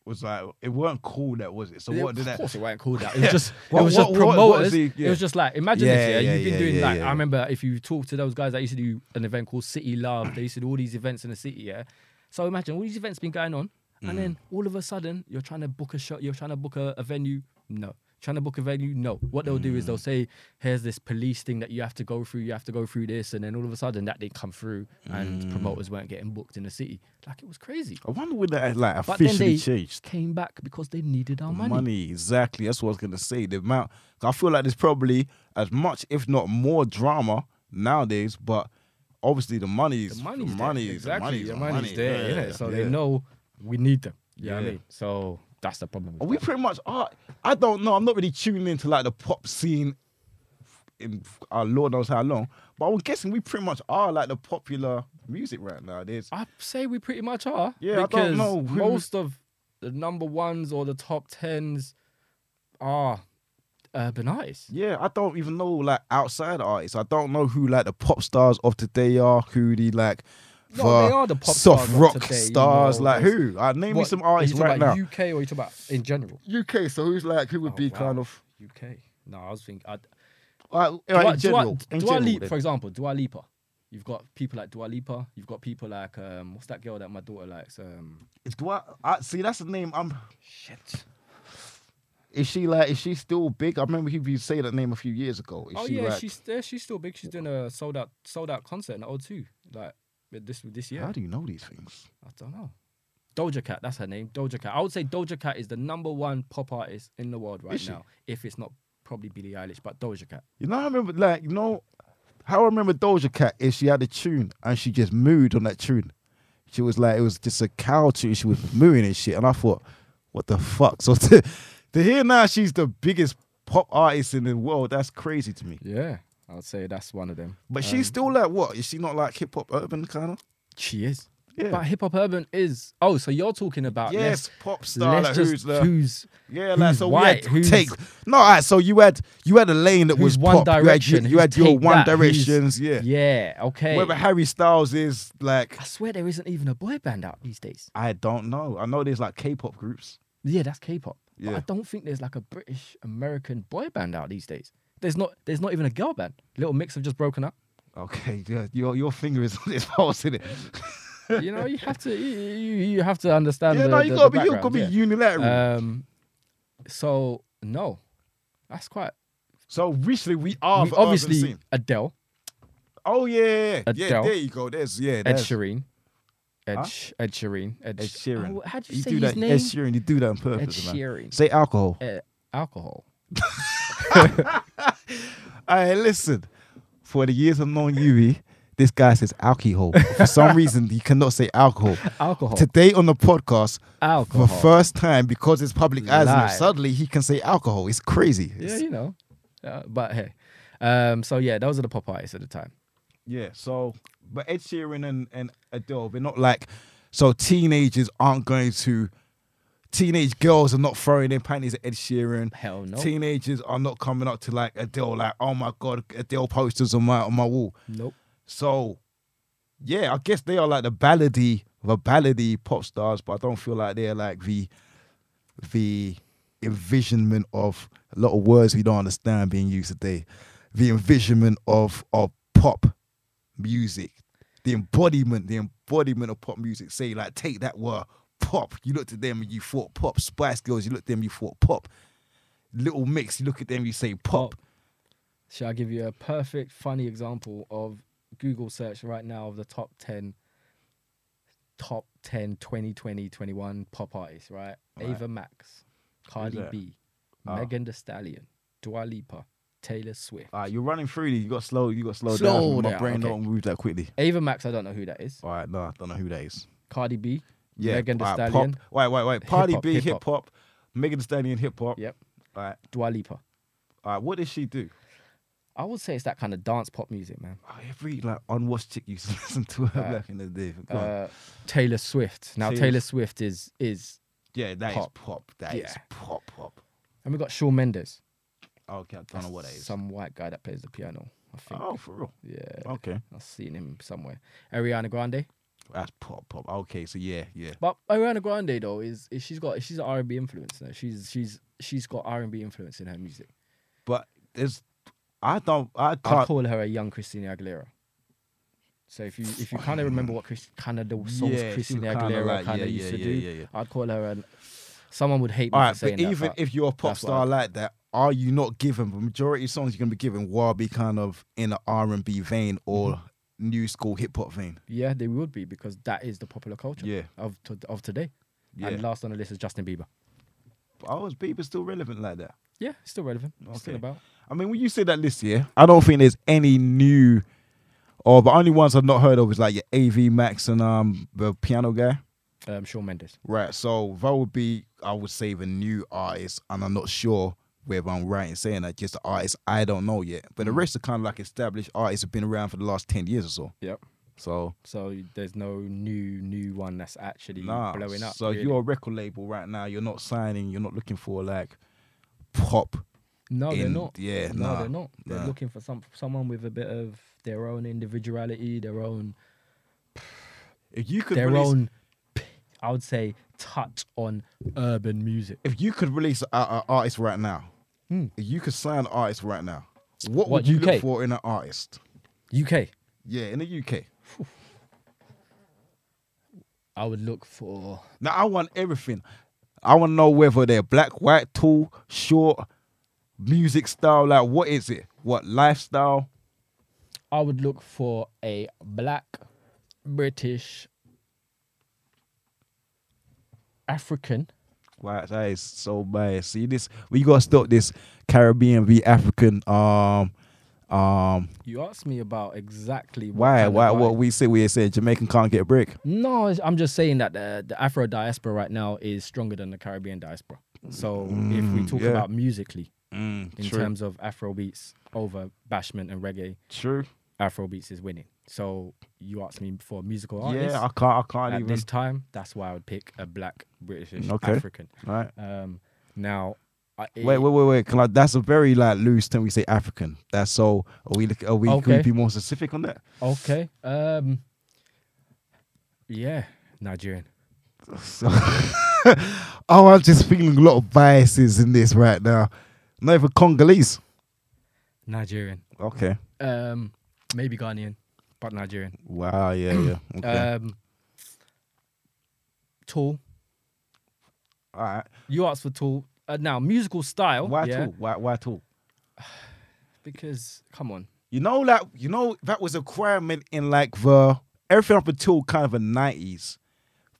A: was like it weren't cool. That was it. So
B: Yeah,
A: what did
B: of
A: that?
B: course it wasn't called that. It was just
A: What-
B: it was
A: what-
B: just
A: what- what
B: promoters.
A: was the- yeah.
B: It was just like imagine
A: Yeah,
B: this, yeah,
A: yeah,
B: you've been
A: yeah,
B: doing
A: yeah,
B: like
A: yeah.
B: I remember if you talk to those guys that used to do an event called City Love, they used to do all these events in the city, yeah. So imagine all these events been going on, and then
A: Mm.
B: all of a sudden you're trying to book a show, you're trying to book a, a venue, no. Trying to book a venue, no. What they'll do is
A: Mm.
B: they'll say, "Here's this police thing that you have to go through. You have to go through this," and then all of a sudden that didn't come through, and
A: Mm.
B: promoters weren't getting booked in the city. Like it was crazy.
A: I wonder when that like
B: But then
A: officially
B: they
A: changed.
B: came back because they needed our
A: Money.
B: money.
A: exactly. That's what I was gonna say. The amount I feel like there's probably as much, if not more, drama nowadays. But obviously the money's
B: the money's
A: the
B: there.
A: money's
B: exactly.
A: the
B: the
A: money's,
B: money's there,
A: Yeah,
B: innit? So
A: yeah.
B: they know we need them. You know what
A: Yeah.
B: I mean? So that's the problem. with
A: Are we
B: that.
A: pretty much are. I don't know. I'm not really tuning into like the pop scene in our Lord knows how long. But I'm guessing we pretty much are like the popular music right nowadays.
B: I say we pretty much are.
A: Yeah, I don't
B: because
A: know who-
B: most of the number ones or the top tens are urban artists.
A: Yeah, I don't even know like outside artists. I don't know who like the pop stars of today are. Who the like
B: No,
A: the
B: they are the pop
A: soft
B: stars of
A: rock
B: today, you
A: stars.
B: know,
A: like
B: there's-
A: who? Uh, name me
B: What-
A: some
B: are you
A: artists
B: talking
A: right
B: about
A: now.
B: UK or are you talking about in general?
A: UK. So who's like who would
B: Oh,
A: be
B: wow.
A: kind of
B: UK. No, I was thinking. I,
A: uh,
B: Dua-
A: in
B: Dua-
A: general? in
B: Dua
A: general,
B: Lip-
A: then.
B: for example, Dua Lipa. You've got people like Dua Lipa. You've got people like um, what's that girl that my daughter likes? Um,
A: Is Dua, I, see, that's the name. I'm. Shit. Is she like? Is she still big? I remember you say that name a few years ago. Is
B: oh
A: she
B: yeah,
A: like,
B: she's there. She's still big. She's doing a sold out sold out concert in O2 like with this this year.
A: How do you know these things?
B: I don't know. Doja Cat, that's her name. Doja Cat. I would say Doja Cat is the number one pop artist in the world right
A: Is she?
B: now. If it's not probably Billie Eilish, but Doja Cat.
A: You know, I remember like you know how I remember Doja Cat is she had a tune and she just mooed on that tune. She was like it was just a cow tune. She was mooing and shit, and I thought, what the fuck? So to, to hear now she's the biggest pop artist in the world. That's crazy to me.
B: Yeah, Um, I would say that's one of them.
A: But she's still like what? Is she not like hip hop urban kind of?
B: She is.
A: Yeah.
B: But hip hop urban is. Oh, so you're talking about
A: Yes,
B: let's-
A: pop star,
B: let's
A: like,
B: just-
A: who's the-
B: who's
A: Yeah,
B: who's
A: like so
B: white,
A: we had
B: who's,
A: take no. all right, so you had you had a lane that was
B: who's One
A: pop. You had-
B: Direction.
A: You had,
B: who's
A: your
B: Take
A: One
B: That, who's-
A: Directions. Yeah.
B: Yeah. Okay.
A: Whether Harry Styles is like,
B: I swear there isn't even a boy band out these days.
A: I don't know. I know there's like K-pop groups.
B: Yeah, that's K-pop. But
A: Yeah.
B: I don't think there's like a British American boy band out these days. There's not. There's not even a girl band. Little Mix have just broken up.
A: Okay, yeah, your your finger is on this pulse, is it?
B: You know, you have to. You, you, you have to understand.
A: yeah,
B: the,
A: no, you
B: uh, the-
A: gotta
B: the
A: be you gotta
B: background,
A: be
B: yeah.
A: unilateral.
B: Um, so no, that's quite.
A: so recently we are
B: we-
A: the urban
B: obviously
A: scene.
B: Adele,
A: Oh yeah, yeah, yeah.
B: Adele.
A: There you go. There's yeah.
B: Ed
A: There's,
B: Sheeran, Ed,
A: Huh?
B: Sh- Ed Sheeran, Ed,
A: Ed
B: Sh-
A: Sheeran.
B: Oh, how do you,
A: You
B: say
A: do
B: his
A: that,
B: name?
A: Ed Sheeran. You do that on
B: Ed
A: purpose, man.
B: Sheeran.
A: Say alcohol.
B: Uh, alcohol.
A: Hey, listen. For the years I've known you, eh, this guy says alcohol. For some reason, he cannot say alcohol.
B: Alcohol.
A: Today on the podcast,
B: Alcohol.
A: for the first time, because it's public as
B: Live.
A: suddenly he can say alcohol. It's crazy.
B: yeah,
A: It's-
B: you know. Uh, but hey, um, so yeah, those are the pop artists at the time.
A: Yeah, so but Ed Sheeran and, and Adele, they're not like so teenagers aren't going to teenage girls are not throwing their panties at Ed Sheeran.
B: Hell no.
A: Teenagers are not coming up to like Adele like, oh my god, Adele posters on my on my wall.
B: Nope.
A: So yeah, I guess they are like the ballady the ballady pop stars, but I don't feel like they're like the the envisionment of a lot of words we don't understand being used today. The envisionment of of pop music, the embodiment, the embodiment of pop music. Say like take that word pop. You looked at them and you thought pop. Spice Girls, you looked at them, you thought pop. Little Mix, you look at them, you say pop.
B: Shall I give you a perfect, funny example of Google search right now of the top 10, top 10 2020 21 pop artists, right? Ava Max, Cardi
A: that? Ah.
B: B, Megan Thee Stallion, Dua Lipa, Taylor Swift.
A: All right, you're running through. these. Ah, You got slow. You got slow,
B: Slow
A: down. My
B: down,
A: brain
B: okay.
A: don't move that quickly.
B: Ava Max, I don't know who that is.
A: All right, no, I don't know who that is.
B: Cardi B,
A: Yeah,
B: Megan Thee
A: all right,
B: Stallion,
A: Pop. Wait, wait, wait. Party
B: Hip-hop,
A: B, hip
B: hip-hop.
A: hop. Megan Thee Stallion, hip hop.
B: yep,
A: All right,
B: Dua Lipa.
A: all right. What does she do?
B: I would say it's that kind of dance pop music, man.
A: Oh, every like unwashed chick used to listen to her back in the day. Go on.
B: Uh, Taylor Swift. Now
A: Taylor-
B: Taylor, Swift is is,
A: yeah, that is
B: pop.
A: pop. That is
B: Yeah.
A: pop, pop.
B: and we got Shawn Mendes.
A: Okay, I don't know what that is.
B: Some white guy that plays the piano. I think.
A: Oh, for real.
B: Yeah.
A: Okay,
B: I've seen him somewhere. Ariana Grande.
A: that's pop, pop. Okay, so yeah, yeah.
B: But Ariana Grande though is, is she's got she's an R and B influence. Now. She's she's she's got R and B influence in her music.
A: But there's, I don't, I
B: I
A: can't.
B: call her a young Christina Aguilera. So if you if you kind of remember what Chris, kind of the songs
A: Yeah, she
B: Christina
A: was kinda
B: Aguilera
A: like-
B: kind
A: yeah,
B: of
A: yeah,
B: used to
A: yeah,
B: do,
A: yeah, yeah.
B: I'd call her an. Someone would hate me
A: All
B: for
A: right,
B: saying
A: but
B: that,
A: even
B: but
A: if you're a pop
B: that's what
A: star
B: I'd-
A: like that, are you not given the majority of songs you're gonna be given will be kind of in the R and B vein or
B: Mm-hmm.
A: new school hip hop vein?
B: yeah, they would be because that is the popular culture
A: Yeah.
B: of to, of today. And
A: Yeah.
B: last on the list is Justin Bieber.
A: But was people oh, still relevant like that?
B: Yeah, still relevant. Still
A: Okay.
B: about.
A: I mean, when you say that list, yeah, I don't think there's any new, or the only ones I've not heard of is like your AV Max and um the piano guy.
B: Um, Shawn Mendes.
A: Right, so that would be, I would say, the new artist, and I'm not sure whether I'm right in saying that, just the artist I don't know yet. But the rest are kind of like established artists have been around for the last 10 years or so.
B: Yep.
A: So,
B: So there's no new new one that's actually
A: nah.
B: blowing up.
A: so,
B: really.
A: you're a record label right now, you're not signing, you're not looking for like pop.
B: no, they're
A: in-
B: not.
A: yeah,
B: no,
A: nah,
B: they're not. They're
A: nah.
B: looking for some someone with a bit of their own individuality, their own
A: If you could
B: their
A: release,
B: own. I would say touch on urban music.
A: if you could release an artist right now, if you could sign an artist right now, what,
B: Hmm. What,
A: would you
B: UK?
A: look for in an artist?
B: UK.
A: Yeah, in the UK.
B: I would look for
A: Now I want everything. I want to know whether they're black, white, tall, short, music style. Like, what is it? What lifestyle?
B: I would look for a black British African
A: Wow, that is so bad. See this? We gotta stop this Caribbean v African. Um, um,
B: You asked me about exactly what
A: why?
B: kind of
A: Why? What
B: vibe-
A: we say? We said Jamaican can't get a break.
B: No, it's- I'm just saying that the, the Afro diaspora right now is stronger than the Caribbean diaspora. So if we talk
A: Mm, yeah.
B: about musically in
A: Mm, true.
B: terms of Afro beats over bashment and reggae,
A: True.
B: Afro beats is winning. So you asked me for a musical artist
A: Yeah, I can't. I can't
B: at
A: even. Mm,
B: this time. That's why I would pick a black British
A: Okay.
B: African.
A: Right.
B: Um, now, I,
A: Wait, wait, wait, wait. 'cause, Like, that's a very like loose term. We say African. That's so. Are we? look- Are we? Can we
B: Okay.
A: be more specific on that?
B: Okay. Um, yeah, Nigerian.
A: Oh, I'm just feeling a lot of biases in this right now. Not even Congolese.
B: Nigerian.
A: Okay.
B: Um, maybe Ghanaian, but Nigerian.
A: Wow. Yeah. Yeah. Okay.
B: Um, tall.
A: All right.
B: You asked for tall. Uh, now musical style.
A: Why
B: yeah,
A: tall? Why? Why tall?
B: Because come on.
A: You know, like you know, that was a requirement in like the everything up until kind of the nineties.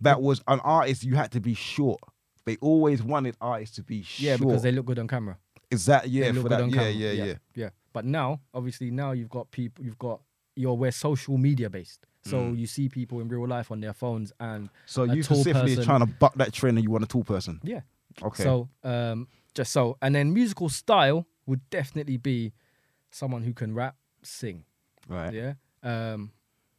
A: That was an artist you had to be short. They always wanted artists to be short.
B: Yeah, because they look good on camera.
A: is that
B: They
A: yeah
B: look
A: for
B: good
A: that
B: on
A: yeah,
B: camera.
A: yeah yeah
B: yeah, But now, obviously, now you've got people. You've got you're we're social media based.
A: Mm.
B: So you see people in real life on their phones and
A: So
B: a
A: you
B: tall
A: specifically
B: person-
A: is trying to buck that trend and you want a tall person.
B: yeah.
A: Okay.
B: So um, just so and then musical style would definitely be someone who can rap, sing.
A: Right.
B: Yeah. Um,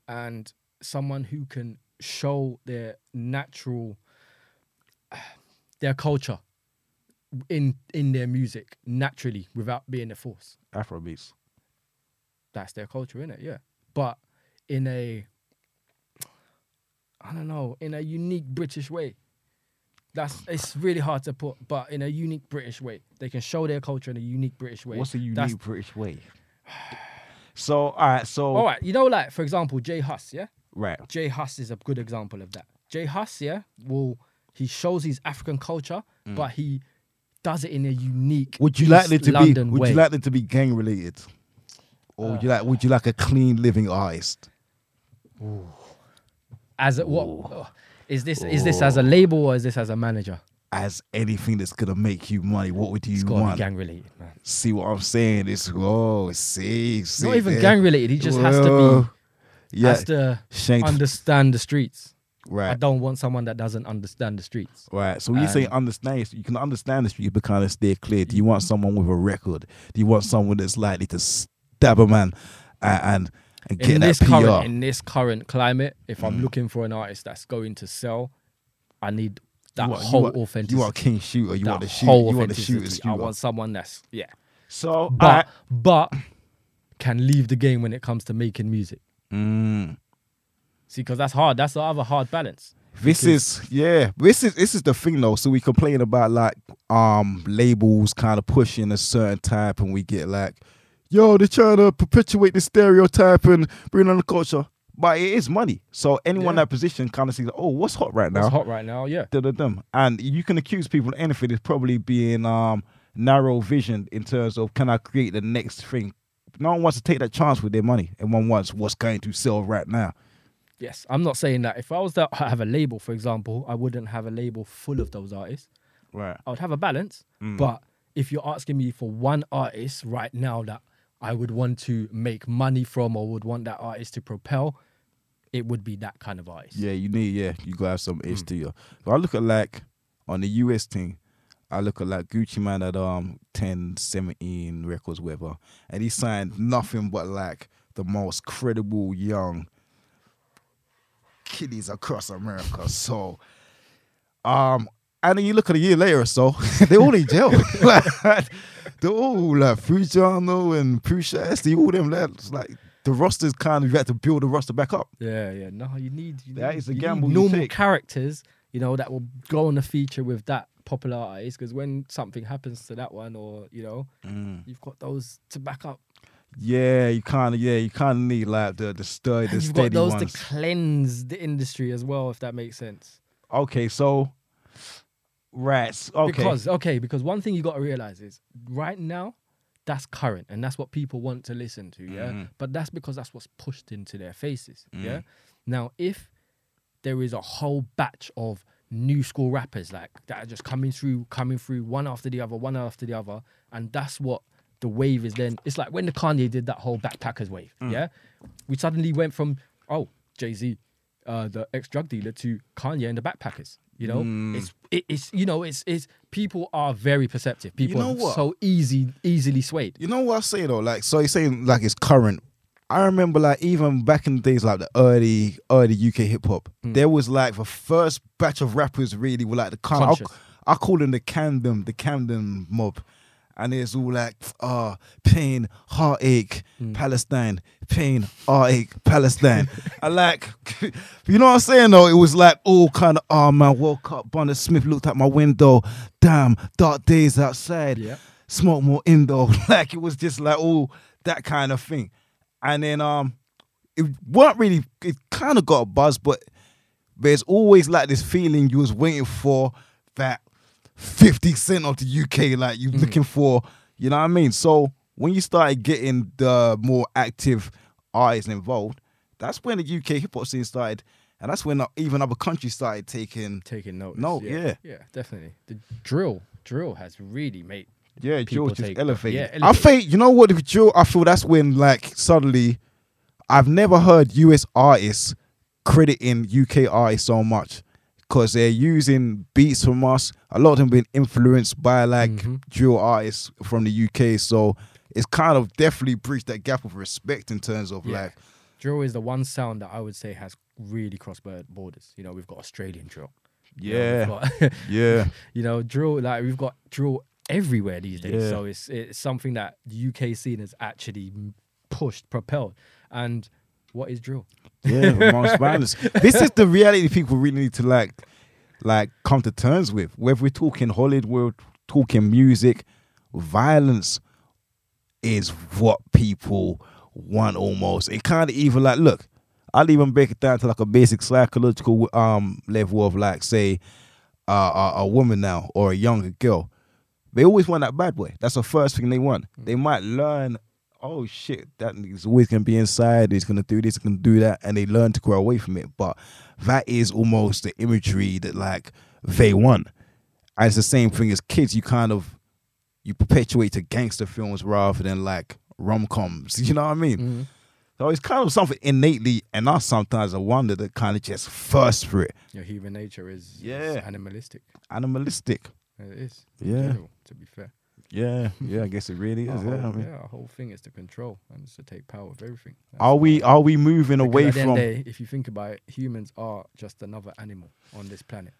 B: and someone who can show their natural, their culture in in their music naturally without being a force.
A: Afro beats.
B: That's their culture, innit? Yeah. But in a, I don't know, in a unique British way. That's it's really hard to put, but in a unique British way, they can show their culture in a unique British way.
A: What's a unique
B: That's-
A: British way? So, all right. So,
B: All right, you know, like for example, Jay Huss, yeah.
A: right.
B: Jay Huss is a good example of that. Jay Huss, yeah, will he shows his African culture,
A: Mm.
B: but he does it in a unique.
A: Would you like
B: East
A: them to
B: London
A: be? Would
B: way.
A: you like them to be gang related, or would you like? Would you like a clean living artist?
B: as a, what? oh, Is this is this as a label or is this as a manager?
A: As anything that's gonna make you money, what would you
B: It's got to be
A: want?
B: gang related, man.
A: See what I'm saying? It's oh, see, see
B: Not even
A: there.
B: gang related. He just has to
A: Well,
B: be
A: Yeah,
B: has to
A: Shank-
B: understand the streets. I
A: right,
B: don't want someone that doesn't understand the streets.
A: right. So when you say understand, you can understand this, but you kind of steer clear. Do you want someone with a record? Do you want someone that's likely to stab a man and and, and get
B: in
A: that
B: this
A: PR? Mm.
B: current in this current climate, if I'm looking for an artist that's going to sell, I need that
A: you want,
B: whole
A: you want,
B: authenticity.
A: You want a king shooter. You
B: that
A: want the shooter.
B: whole
A: You want the shooter.
B: authenticity. I
A: shooter.
B: want someone that's yeah,
A: so,
B: but
A: alright.
B: but can leave the game when it comes to making music.
A: Mm.
B: See, because that's hard. That's the other hard balance.
A: This is yeah. This is this is the thing though. So we complain about like um labels kind of pushing a certain type, and we get like, yo, they're trying to perpetuate the stereotype and bring on the culture. But it is money. So anyone in
B: Yeah.
A: that position kind of sees, oh, what's hot right now?
B: It's hot right now. Yeah,
A: Dum-dum-dum. And you can accuse people of anything. It's probably being um narrow vision in terms of can I create the next thing. No one wants to take that chance with their money, and one wants what's going to sell right now.
B: yes. I'm not saying that. If I was to have a label, for example, I wouldn't have a label full of those artists.
A: Right.
B: I would have a balance.
A: Mm.
B: But if you're asking me for one artist right now that I would want to make money from or would want that artist to propel, it would be that kind of artist.
A: Yeah, you need, yeah, you gotta have some edge to you. But I look at like on the US thing, I look at like Gucci Man at um 10, 17 records, whatever, and he signed nothing but like the most credible young kiddies across America. So um and then you look at a year later or so, they're all in jail. like, they're all like Fujano and Pusha T, all them lads. Like the roster's kind of you had to build the roster back up.
B: Yeah, yeah. No, you need you
A: That
B: need-
A: is a
B: you need
A: gamble you
B: normal
A: take.
B: characters, you know, that will go on a feature with that popular artist because when something happens to that one or you know, you've got those to back up.
A: Yeah, you kind of yeah, you kind of need like the the sturdy, the
B: you've got
A: steady
B: those
A: ones.
B: to cleanse the industry as well, if that makes sense.
A: okay, so rats. Okay,
B: Because okay, because one thing you got to realize is right now, that's current and that's what people want to listen to, yeah.
A: Mm-hmm.
B: But that's because that's what's pushed into their faces, yeah.
A: Mm.
B: Now, if there is a whole batch of new school rappers like that are just coming through, coming through one after the other, one after the other, and that's what the wave is. Then it's like when the Kanye did that whole backpackers wave,
A: Mm.
B: yeah. We suddenly went from oh Jay Z, uh, the ex drug dealer, to Kanye and the backpackers. You know,
A: Mm.
B: it's it, it's you know it's it's people are very perceptive. People
A: know
B: are
A: what?
B: so Oh, easy easily swayed.
A: you know what I say though. Like, so you're saying like it's current. I remember like even back in the days, like the early early UK hip hop,
B: Hmm.
A: there was like the first batch of rappers really were like the kind. I'll,
B: Conscious.
A: I call them the Camden, the Camden mob. And it's all like, ah, pain, heartache,
B: Hmm.
A: Palestine, pain, heartache, Palestine. I like, you know what I'm saying though? It was like all kind of, oh man, woke up, Bonner Smith looked out my window, damn, dark days outside,
B: Yeah.
A: smoke more indo. like it was just like all that kind of thing. And then um, it weren't really, it kind of got a buzz, but there's always like this feeling you was waiting for that 50 cent of the UK, like you looking for, you know what I mean? So when you started getting the more active artists involved, that's when the UK hip hop scene started, and that's when uh, even other countries started taking.
B: taking notes.
A: No, yeah.
B: yeah, definitely. The drill, drill has really made.
A: Yeah,
B: people
A: George is
B: take-
A: elevated.
B: yeah,
A: I
B: elevated.
A: think you know what with George, I feel that's when like suddenly I've never heard US artists crediting UK artists so much. because they're using beats from us. A lot of them been influenced by like
B: Mm-hmm.
A: drill artists from the UK, so it's kind of definitely breached that gap of respect in terms of
B: Yeah.
A: like
B: Drill is the one sound that I would say has really crossed bor- borders. You know, we've got Australian drill. You know,
A: yeah,
B: we've got,
A: yeah,
B: you know, drill like we've got drill everywhere these days.
A: Yeah.
B: So it's it's something that the UK scene has actually pushed, propelled. And what is drill?
A: yeah. amongst violence. This is the reality people really need to like, like come to terms with. Whether we're talking Hollywood, talking music, violence is what people want almost. It kind of even like look. I'll even break it down to like a basic psychological um level of like say uh, a, a woman now or a younger girl. They always want that bad boy. That's the first thing they want. They might learn, oh shit, that nigga's always gonna be inside. He's gonna do this, he's gonna do that, and they learn to grow away from it. But that is almost the imagery that like they want. And it's the same thing as kids. You kind of you perpetuate to gangster films rather than like rom coms. You know what I mean? So it's kind of something innately in us sometimes. I wonder that kind of just thirsts for it,
B: Your human nature is is
A: Yeah.
B: animalistic.
A: animalistic.
B: It is. in
A: Yeah.
B: general, to be fair.
A: Yeah, yeah. I guess it really
B: Our
A: is.
B: whole,
A: Yeah, I mean,
B: yeah, our whole thing is to control and it's to take power of everything. That's
A: Are we are we moving
B: Because
A: away
B: at the end
A: from?
B: of the day, if you think about it, humans are just another animal on this planet.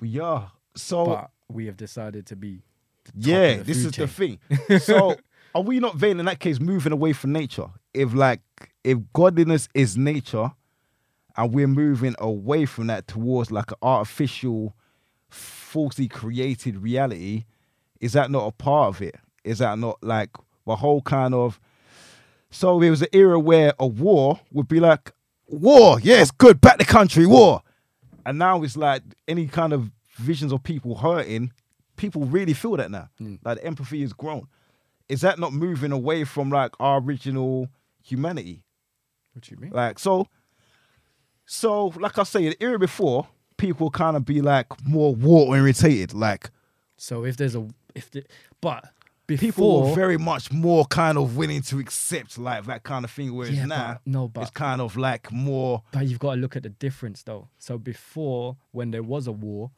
A: we are. So
B: But we have decided to be the top of
A: Oh. yeah,
B: the
A: this
B: food
A: is the
B: chain.
A: thing. So are we not vain in that case moving away from nature? If like if godliness is nature, and we're moving away from that towards like an artificial, falsely created reality, is that not a part of it? Is that not like the whole kind of? So it was an era where a war would be like war. Yes, good. Back the country. War. And now it's like any kind of visions of people hurting, people really feel that now.
B: Hmm.
A: Like the empathy is grown. Is that not moving away from like our original humanity?
B: What do you mean?
A: Like so, so like I say, the era before, people kind of be like more war orientated. Like
B: So if there's a if the but before
A: people were very much more kind of willing to accept like that kind of thing. Whereas
B: Yeah,
A: now,
B: but- no, but-
A: it's kind of like more.
B: but you've got to look at the difference though. So before when there was a war,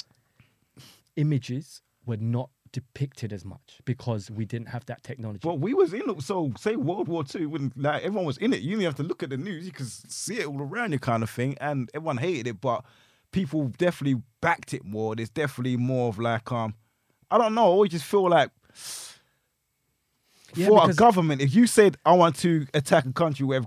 B: images were not depicted as much because we didn't have that technology.
A: But we was in so say World War Two when like everyone was in it. You only have to look at the news; you can see it all around you, kind of thing. And everyone hated it, but people definitely backed it more. There's definitely more of like um, I don't know. I always just feel like
B: Yeah,
A: for a
B: because-
A: government, if you said I want to attack a country where